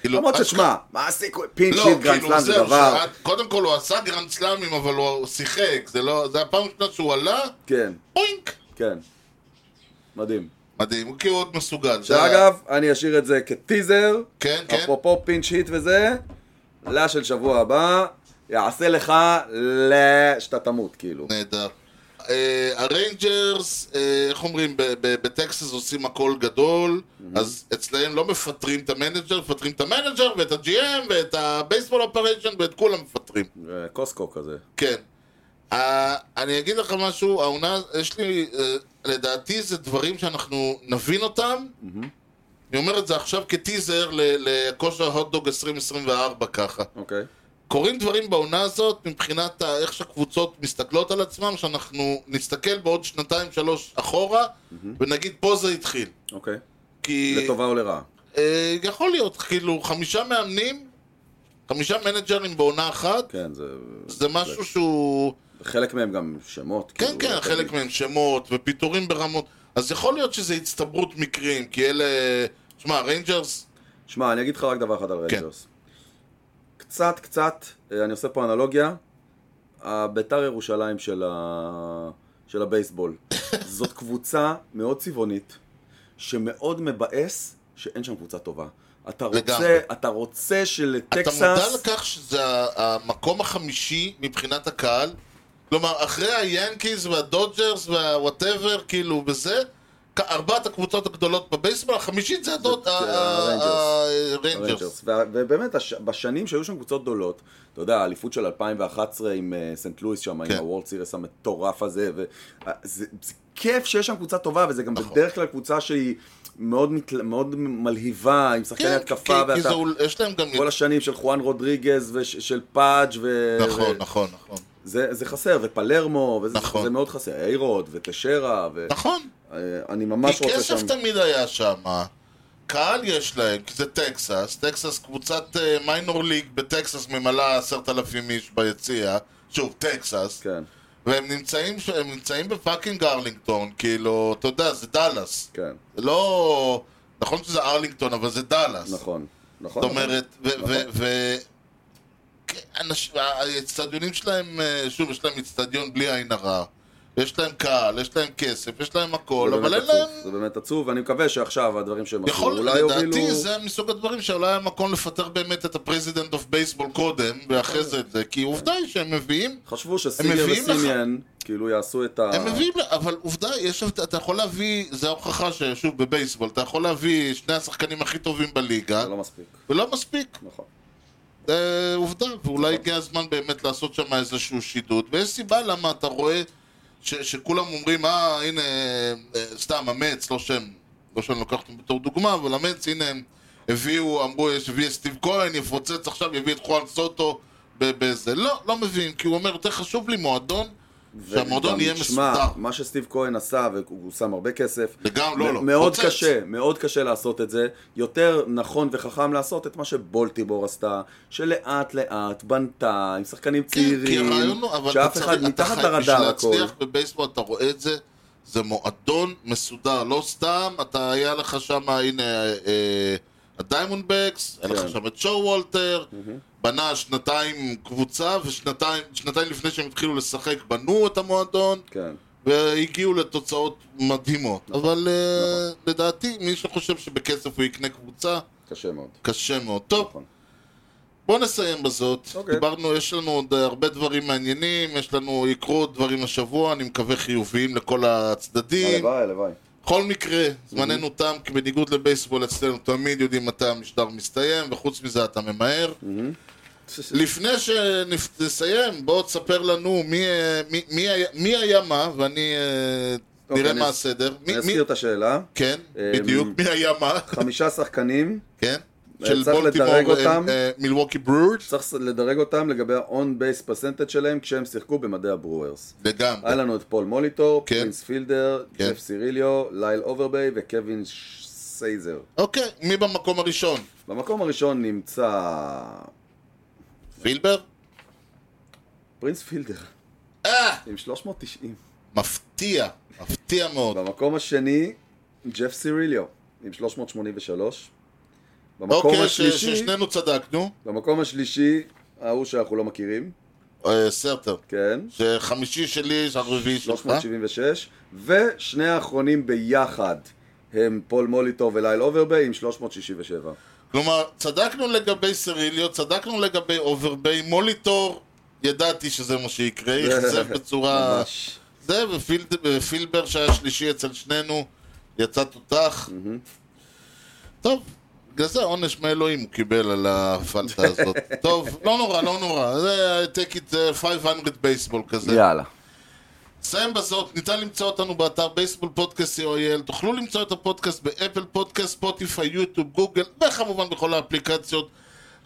Speaker 1: כאילו,
Speaker 2: למרות
Speaker 1: אשכרה-
Speaker 2: ששמע, מה הסיכוי, פינץ'
Speaker 1: לא,
Speaker 2: היט גרנד
Speaker 1: כאילו,
Speaker 2: סלאם זה
Speaker 1: זהו,
Speaker 2: דבר,
Speaker 1: שאת- קודם כל הוא עשה גרנד סלאמים, אבל הוא שיחק. זה לא... זה הפעם הראשונה שהוא עלה,
Speaker 2: כן,
Speaker 1: פוינק.
Speaker 2: כן, מדהים.
Speaker 1: מדהים, הוא כאילו עוד מסוגל. זה היה-
Speaker 2: שאגב, אני אשאיר את זה כטיזר,
Speaker 1: כן, כן.
Speaker 2: אפרופו פינץ' היט וזה, לה של שבוע הבא, יעשה לך ל... שאתה תמות, כאילו.
Speaker 1: נהדר. אה, הריינג'רס, אה, איך אומרים, ב- ב- בטקסס עושים הכל גדול, אז אצלהם לא מפטרים את המנג'ר, מפטרים את המנג'ר ואת ה-GM ואת הבייסבול אופריישן ואת כולם מפטרים.
Speaker 2: אה, קוסקו כזה.
Speaker 1: כן. אה, אני אגיד לך משהו, העונה, יש לי, אה, לדעתי זה דברים שאנחנו נבין אותם. אני אומר את זה עכשיו כטיזר ל- לכושר הוטדוג 2024 ככה.
Speaker 2: אוקיי.
Speaker 1: קורים דברים בעונה הזאת מבחינת ה- איך שהקבוצות מסתכלות על עצמם, שאנחנו נסתכל בעוד שנתיים שלוש אחורה ונגיד פה זה התחיל.
Speaker 2: אוקיי.
Speaker 1: כי
Speaker 2: לטובה או לרעה.
Speaker 1: אה, יכול להיות, כאילו חמישה מאמנים, חמישה מנג'רים בעונה אחת,
Speaker 2: כן, זה...
Speaker 1: זה משהו שהוא...
Speaker 2: חלק מהם גם שמות.
Speaker 1: כן,
Speaker 2: כאילו,
Speaker 1: כן,
Speaker 2: אתה
Speaker 1: חלק
Speaker 2: יודע.
Speaker 1: מהם שמות ופיטורים ברמות. אז יכול להיות שזה הצטברות מקרים, כי אלה... שמע, ריינג'רס...
Speaker 2: שמע, אני אגיד לך רק דבר אחד על
Speaker 1: כן.
Speaker 2: ריינג'רס. קצת, קצת, אה, אני עושה פה אנלוגיה, הביתר ירושלים של, ה... של הבייסבול. זאת קבוצה מאוד צבעונית, שמאוד מבאס שאין שם קבוצה טובה. אתה
Speaker 1: לגמרי.
Speaker 2: רוצה, אתה רוצה
Speaker 1: אתה מודע
Speaker 2: שלטקסס...
Speaker 1: לכך שזה ה- המקום החמישי מבחינת הקהל? כלומר, אחרי היאנקיז והדודג'רס והוואטאבר, כאילו, וזה, כ- ארבעת הקבוצות הגדולות בבייסבול, החמישית זה הדוד...
Speaker 2: זה-
Speaker 1: ה-
Speaker 2: זה
Speaker 1: ה- ה-
Speaker 2: הרנג'רס.
Speaker 1: הריינג'רס.
Speaker 2: וה- ובאמת, הש- בשנים שהיו שם קבוצות גדולות, אתה יודע, האליפות של 2011 עם אה, סנט לואיס שם, עם
Speaker 1: כן.
Speaker 2: הוורלד סירס המטורף הזה, ו- אה, זה זה כיף שיש שם קבוצה טובה, וזה גם
Speaker 1: נכון.
Speaker 2: בדרך כלל קבוצה שהיא מאוד מתל- מאוד מלהיבה, עם שחקני
Speaker 1: כן, כי-
Speaker 2: התקפה,
Speaker 1: כי
Speaker 2: ואתה...
Speaker 1: זה אול- יש להם גם...
Speaker 2: כל השנים של חואן רודריגז ושל פאג' ו...
Speaker 1: נכון,
Speaker 2: ו-
Speaker 1: נכון, נכון.
Speaker 2: זה, זה חסר, ופלרמו, וזה
Speaker 1: נכון.
Speaker 2: זה מאוד חסר, איירוד וטשרה, ו...
Speaker 1: נכון.
Speaker 2: אה, אני ממש
Speaker 1: כי
Speaker 2: רוצה
Speaker 1: כסף
Speaker 2: שם...
Speaker 1: תמיד היה שם. קהל יש להם, כי זה טקסס. טקסס, קבוצת אה, מיינור ליג בטקסס ממלאה עשרת אלפים איש ביציע. שוב, טקסס.
Speaker 2: כן,
Speaker 1: והם נמצאים, ש- הם נמצאים בפאקינג ארלינגטון, כאילו, אתה יודע, זה דאלאס.
Speaker 2: כן,
Speaker 1: זה לא... נכון שזה ארלינגטון, אבל זה דאלאס.
Speaker 2: נכון. נכון.
Speaker 1: זאת אומרת, ו-
Speaker 2: נכון.
Speaker 1: ו... ו- כן, אנשים- האצטדיונים שלהם, אה, שוב, יש להם אצטדיון בלי עין הרע. יש להם קהל, יש להם כסף, יש להם הכל,
Speaker 2: זה
Speaker 1: אבל
Speaker 2: באמת
Speaker 1: אין
Speaker 2: עצוב,
Speaker 1: להם...
Speaker 2: זה באמת עצוב, ואני מקווה שעכשיו הדברים שהם עשו
Speaker 1: יכול,
Speaker 2: אולי
Speaker 1: לדעתי
Speaker 2: יובילו...
Speaker 1: זה מסוג הדברים שאולי היה מקום לפטר באמת את הפרזידנט אוף בייסבול קודם, ואחרי זה את זה, כי עובדה היא שהם מביאים,
Speaker 2: חשבו שסינגר
Speaker 1: מביאים לך-
Speaker 2: וסימיאן, כאילו יעשו את ה...
Speaker 1: הם מביאים, אבל עובדה, יש, הבד- אתה יכול להביא, זה ההוכחה ששוב בבייסבול, אתה יכול להביא שני השחקנים הכי טובים בליגה,
Speaker 2: זה לא מספיק,
Speaker 1: ולא מספיק,
Speaker 2: נכון.
Speaker 1: אה, עובדה, ואולי הגיע הזמן באמת לעשות שם איזשהו שידוד, ויש סיבה למה אתה רואה ש, שכולם אומרים, אה, הנה, אה, סתם, המץ, לא שם, לא שאני לוקח אותו בתור דוגמה, אבל המץ, הנה הם הביאו, אמרו, יש, הביא את סטיב כהן, יפוצץ עכשיו, יביא את חואן סוטו ב- בזה. לא, לא מביאים, כי הוא אומר, יותר חשוב לי מועדון, שהמועדון
Speaker 2: וגם,
Speaker 1: יהיה
Speaker 2: שמע,
Speaker 1: מסודר.
Speaker 2: מה שסטיב כהן עשה, והוא שם הרבה כסף,
Speaker 1: וגם, לא,
Speaker 2: מ-
Speaker 1: לא,
Speaker 2: מאוד
Speaker 1: פוצץ.
Speaker 2: קשה, מאוד קשה לעשות את זה. יותר נכון וחכם לעשות את מה שבולטיבור עשתה, שלאט לאט בנתה, עם שחקנים
Speaker 1: כן, כי
Speaker 2: צעירים,
Speaker 1: הרעיון הוא, אבל
Speaker 2: שאף
Speaker 1: אתה
Speaker 2: אחד
Speaker 1: צריך- אתה
Speaker 2: מתחת
Speaker 1: חי-
Speaker 2: לרדאר
Speaker 1: בשביל
Speaker 2: הכל.
Speaker 1: להצליח בבייסבול אתה רואה את זה, זה מועדון מסודר, לא סתם, אתה היה לך שם, הנה, אה, הדיימונד בקס, היה
Speaker 2: כן.
Speaker 1: לך שם את שואו וולטר, בנה שנתיים קבוצה, ושנתיים שנתיים לפני שהם התחילו לשחק בנו את המועדון,
Speaker 2: כן. נכון.
Speaker 1: והגיעו לתוצאות מדהימות. אבל אה, לדעתי, מי שחושב שבכסף הוא יקנה קבוצה,
Speaker 2: קשה מאוד.
Speaker 1: קשה מאוד. טוב,
Speaker 2: נכון.
Speaker 1: בוא נסיים בזאת.
Speaker 2: אוקיי.
Speaker 1: דיברנו, יש לנו עוד אה, הרבה דברים מעניינים, יש לנו, יקרו עוד דברים השבוע, אני מקווה חיוביים לכל הצדדים.
Speaker 2: הלוואי, הלוואי.
Speaker 1: בכל מקרה, זמננו תם, כי בניגוד לבייסבול אצלנו תמיד יודעים מתי המשדר מסתיים, וחוץ מזה אתה ממהר.
Speaker 2: Mm-hmm.
Speaker 1: לפני שנסיים, בוא תספר לנו מי, אה, מי, מי, היה, מי היה מה, ואני... אה,
Speaker 2: אוקיי,
Speaker 1: נראה
Speaker 2: אני
Speaker 1: מה
Speaker 2: אס-
Speaker 1: הסדר. מי,
Speaker 2: אני
Speaker 1: מי,
Speaker 2: אזכיר את השאלה.
Speaker 1: כן,
Speaker 2: אמ,
Speaker 1: בדיוק, מי היה מה,
Speaker 2: חמישה שחקנים
Speaker 1: כן? של
Speaker 2: צריך לדרג
Speaker 1: בולטימור,
Speaker 2: אותם.
Speaker 1: אה, מילווקי ברוורס,
Speaker 2: צריך לדרג אותם לגבי ה-on-base percentage שלהם כשהם שיחקו במדעי הברוורס. היה
Speaker 1: לגמרי.
Speaker 2: לנו את פול מוליטור,
Speaker 1: כן.
Speaker 2: פרינס פילדר,
Speaker 1: כן.
Speaker 2: ג'ף סיריליו, לייל אוברביי וקווין ש- סייזר.
Speaker 1: אוקיי, מי במקום הראשון?
Speaker 2: במקום הראשון נמצא
Speaker 1: פילבר?
Speaker 2: פרינס פילדר
Speaker 1: אה!
Speaker 2: עם 390.
Speaker 1: מפתיע, מפתיע מאוד.
Speaker 2: במקום השני, ג'ף סיריליו עם 383. במקום
Speaker 1: אוקיי, ש-
Speaker 2: השלישי,
Speaker 1: ששנינו צדקנו.
Speaker 2: במקום השלישי, ההוא שאנחנו לא מכירים,
Speaker 1: אה, סרטר.
Speaker 2: כן,
Speaker 1: שחמישי שלי, הרביעי שלך. אה?
Speaker 2: 376, ושני האחרונים ביחד הם פול מוליטוב ולייל אוברביי עם 367.
Speaker 1: כלומר, צדקנו לגבי סריליו, צדקנו לגבי אוברביי, מוליטור, ידעתי שזה מה שיקרה, יחצב בצורה...
Speaker 2: ממש.
Speaker 1: זה, ופיל- ופילבר שהיה שלישי אצל שנינו, יצא תותח. טוב, בגלל זה עונש מאלוהים הוא קיבל על הפלטה הזאת. טוב, לא נורא, לא נורא. זה take it uh, 500 בייסבול כזה.
Speaker 2: יאללה.
Speaker 1: נסיים בזאת, ניתן למצוא אותנו באתר בייסבול פודקאסט co.il, תוכלו למצוא את הפודקאסט באפל פודקאסט, ספוטיפיי, יוטיוב, גוגל, וכמובן בכל האפליקציות.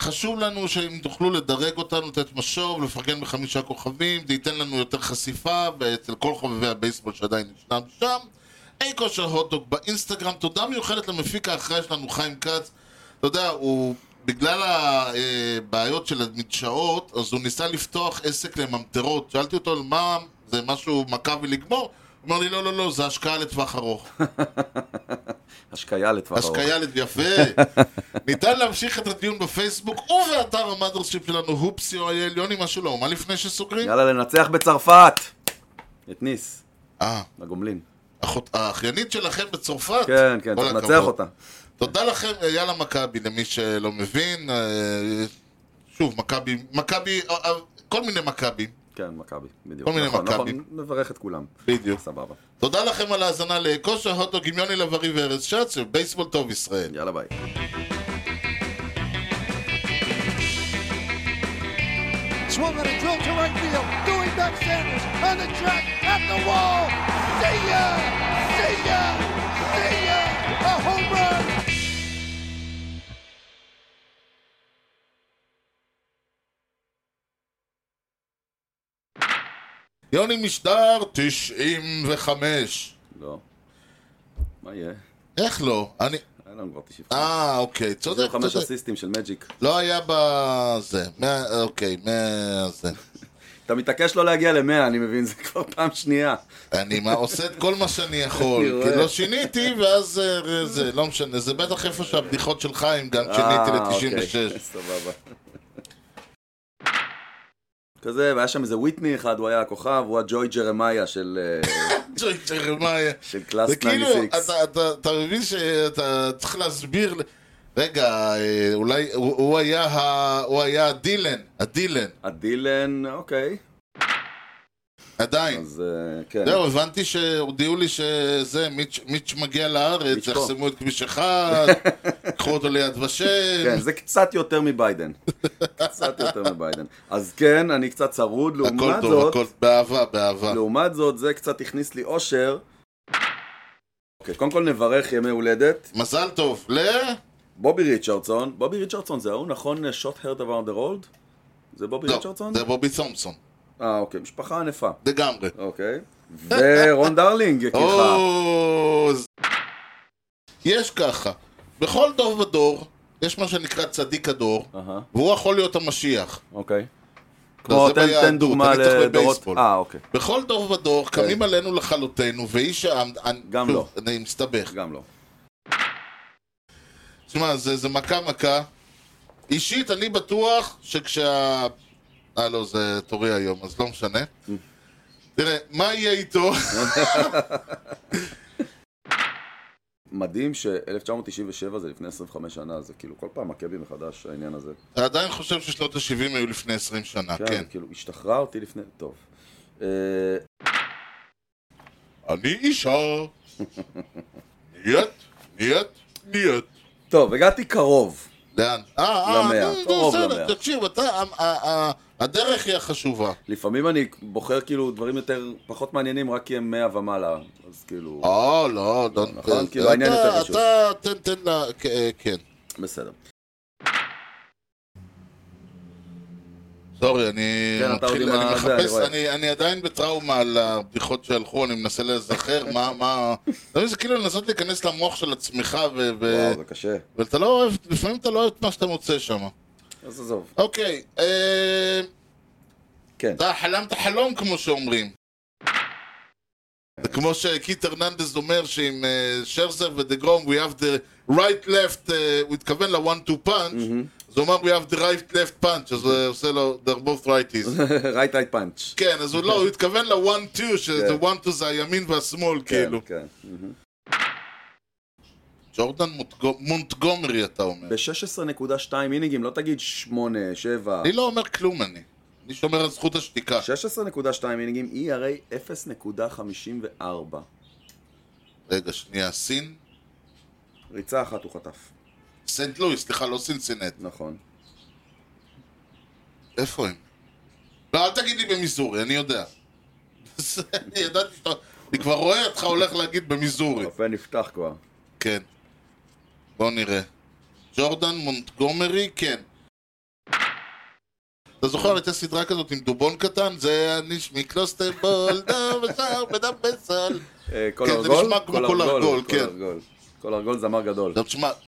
Speaker 1: חשוב לנו שאם תוכלו לדרג אותנו, לתת משוב, לפרגן בחמישה כוכבים, זה ייתן לנו יותר חשיפה אצל כל חובבי הבייסבול שעדיין ישנם שם. אי כושר הוטדוק באינסטגרם, תודה מיוחדת למפיק האחראי שלנו, חיים כץ. אתה יודע, הוא, בגלל הבעיות של המדשאות, אז הוא ניסה לפתוח עסק לממטרות. שאלתי אותו, מה, זה משהו מכבי לגמור? הוא אמר לי, לא, לא, לא, זה השקעה לטווח ארוך.
Speaker 2: השקיה לטווח ארוך.
Speaker 1: השקיה לטווח יפה. ניתן להמשיך את הדיון בפייסבוק ובאתר המאדרשיפ שלנו, הופסי או אייל. יוני, משהו לא, מה לפני שסוגרים?
Speaker 2: יאללה, לנצח בצרפת! את ניס,
Speaker 1: אה,
Speaker 2: הגומלין.
Speaker 1: אחות- האחיינית שלכם בצרפת?
Speaker 2: כן, כן,
Speaker 1: כל
Speaker 2: צריך
Speaker 1: הכבוד.
Speaker 2: לנצח אותה.
Speaker 1: תודה לכם, אה, יאללה מכבי, למי שלא מבין. אה, שוב, מכבי, מכבי, אה, אה, כל מיני מכבי.
Speaker 2: כן, מכבי, בדיוק.
Speaker 1: כל מיני
Speaker 2: נכון,
Speaker 1: מכבים.
Speaker 2: נכון, נברך את כולם.
Speaker 1: בדיוק.
Speaker 2: סבבה.
Speaker 1: תודה לכם על ההאזנה לכושר הוטדוג עם יוני לב-ארי וארז שץ, ובייסבול טוב ישראל.
Speaker 2: יאללה, ביי.
Speaker 6: Swung on a drill to right field. Doing back Sanders on the track at the wall. See ya! See ya! See ya! A home run!
Speaker 1: יוני משדר 95.
Speaker 2: לא. מה יהיה?
Speaker 1: איך לא? אני...
Speaker 2: היה לנו כבר 90.
Speaker 1: אה, אוקיי, צודק,
Speaker 2: 25
Speaker 1: צודק.
Speaker 2: אסיסטים של מג'יק.
Speaker 1: לא היה בזה. מה- אוקיי, מה... זה.
Speaker 2: אתה מתעקש לא להגיע ל-100, אני מבין, זה כבר פעם שנייה.
Speaker 1: אני מה- עושה את כל מה שאני יכול,
Speaker 2: אני
Speaker 1: כי
Speaker 2: רואה.
Speaker 1: לא שיניתי, ואז אה, זה, לא משנה. זה בטח איפה שהבדיחות של חיים, גם שיניתי
Speaker 2: אה,
Speaker 1: ל-96.
Speaker 2: אוקיי, סבבה. כזה, והיה שם איזה וויטני אחד, הוא היה הכוכב, הוא הג'וי ג'רמיה של אה,
Speaker 1: ג'וי ג'רמיה.
Speaker 2: של קלאס
Speaker 1: זה כאילו,
Speaker 2: 96.
Speaker 1: אתה- אתה- אתה מבין שאתה צריך להסביר, ל- רגע, אה, אולי, הוא הוא היה ה- הוא היה הדילן, הדילן,
Speaker 2: הדילן, אוקיי.
Speaker 1: עדיין.
Speaker 2: אז אה, כן.
Speaker 1: זהו, הבנתי שהודיעו לי שזה, מיץ'- מיץ' מגיע לארץ,
Speaker 2: מיץ' פה.
Speaker 1: יחסמו את כביש אחד, קחו אותו ליד ושם.
Speaker 2: כן, זה קצת יותר מביידן. קצת יותר מביידן. אז כן, אני קצת צרוד,
Speaker 1: הכל
Speaker 2: לעומת
Speaker 1: טוב,
Speaker 2: זאת, לא.
Speaker 1: הכל באהבה, באהבה.
Speaker 2: לעומת זאת, זה קצת הכניס לי אושר. אוקיי, קודם כל נברך ימי הולדת.
Speaker 1: מזל טוב, ל...
Speaker 2: בובי ריצ'רדסון, בובי ריצ'רדסון זה ההוא, נכון? שוט הרד אבאונד רולד? זה בובי
Speaker 1: לא,
Speaker 2: ריצ'רדסון?
Speaker 1: זה בובי תומפסון,
Speaker 2: אה, אוקיי, משפחה ענפה.
Speaker 1: לגמרי.
Speaker 2: אוקיי. ורון דרלינג, יקירך.
Speaker 1: או, ז- יש ככה, בכל דור ודור יש מה שנקרא צדיק הדור,
Speaker 2: אהה,
Speaker 1: והוא יכול להיות המשיח.
Speaker 2: אוקיי.
Speaker 1: לא,
Speaker 2: כמו,
Speaker 1: זה
Speaker 2: תן- תן
Speaker 1: ביהדות,
Speaker 2: דוגמה
Speaker 1: אני צריך
Speaker 2: לדורות...
Speaker 1: בבייסבול.
Speaker 2: אה, אוקיי.
Speaker 1: בכל דור ודור קמים עלינו לכלותנו, ואיש העם... אני-
Speaker 2: כן. גם
Speaker 1: שוב,
Speaker 2: לא.
Speaker 1: אני מסתבך.
Speaker 2: גם לא.
Speaker 1: תשמע, זה זה מכה מכה. אישית, אני בטוח שכשה... אה, לא, זה תורי היום, אז לא משנה. תראה, מה יהיה איתו?
Speaker 2: מדהים ש-1997 זה לפני 25 שנה, זה כאילו כל פעם מכה בי מחדש העניין הזה.
Speaker 1: אתה עדיין חושב ששנות ה-70 היו לפני 20 שנה, כן.
Speaker 2: כאילו, השתחררתי לפני... טוב. אה,
Speaker 1: אני אישה. נהיית, נהיית, נהיית.
Speaker 2: טוב, הגעתי קרוב.
Speaker 1: לאן? אה, אה,
Speaker 2: למאה.
Speaker 1: נו, נו,
Speaker 2: קרוב
Speaker 1: בסדר,
Speaker 2: למאה.
Speaker 1: תקשיב, אתה, ה- ה- ה- הדרך היא החשובה.
Speaker 2: לפעמים אני בוחר כאילו דברים יותר פחות מעניינים רק כי הם 100 ומעלה. אז כאילו,
Speaker 1: אה, לא, לא,
Speaker 2: נכון, כאילו, העניין יותר חשוב.
Speaker 1: אתה, תן, תן לה, כ- אה, כן.
Speaker 2: בסדר.
Speaker 1: סורי, אני
Speaker 2: כן, אתה עוד
Speaker 1: מתחיל,
Speaker 2: עם
Speaker 1: אני
Speaker 2: ה- זה, אני
Speaker 1: מחפש,
Speaker 2: רואה.
Speaker 1: אני- אני עדיין בטראומה על הבדיחות שהלכו, אני מנסה להיזכר מה, מה... אתה מבין, זה כאילו לנסות להיכנס למוח של עצמך, ו- ו-
Speaker 2: וואו, זה קשה.
Speaker 1: ואתה לא אוהב, לפעמים אתה לא אוהב את מה שאתה מוצא שם.
Speaker 2: אז עזוב.
Speaker 1: אוקיי, אה,
Speaker 2: כן.
Speaker 1: אתה חלמת חלום כמו שאומרים. זה כמו שקיט הרננדז אומר שעם אה, שרזר ודגרום we have the right left, אה, הוא התכוון ל-one to punch, אז הוא אמר we have the right left punch, אז הוא עושה לו they're both righties.
Speaker 2: right right punch.
Speaker 1: כן, אז הוא לא, הוא התכוון ל-one two, שזה one two זה הימין והשמאל, כאילו.
Speaker 2: כן.
Speaker 1: ג'ורדן מוטגו- מונטגומרי אתה אומר.
Speaker 2: ב-16.2 אינינגים, לא תגיד 8, 7.
Speaker 1: אני לא אומר כלום אני. אני שומר על זכות השתיקה.
Speaker 2: 16.2 אינינגים, E ERA 0.54.
Speaker 1: רגע, שנייה, סין?
Speaker 2: ריצה אחת הוא חטף.
Speaker 1: סנט לואי, סליחה, לא סינסינט.
Speaker 2: נכון.
Speaker 1: איפה הם? לא, אל תגיד לי במיזורי, אני יודע. אני ידעתי שאתה... אני כבר רואה אותך הולך להגיד במיזורי.
Speaker 2: הפה נפתח כבר.
Speaker 1: כן. בוא נראה. ג'ורדן מונטגומרי, כן. אתה זוכר, הייתה סדרה כזאת עם דובון קטן? זה אני מקלוסטבול, דם ושר ודם וסל.
Speaker 2: אה, כל
Speaker 1: כן, זה
Speaker 2: ארגול?
Speaker 1: נשמע כמו כל ארגול, כן. לא,
Speaker 2: כל ארגול זמר גדול.
Speaker 1: עכשיו תשמע,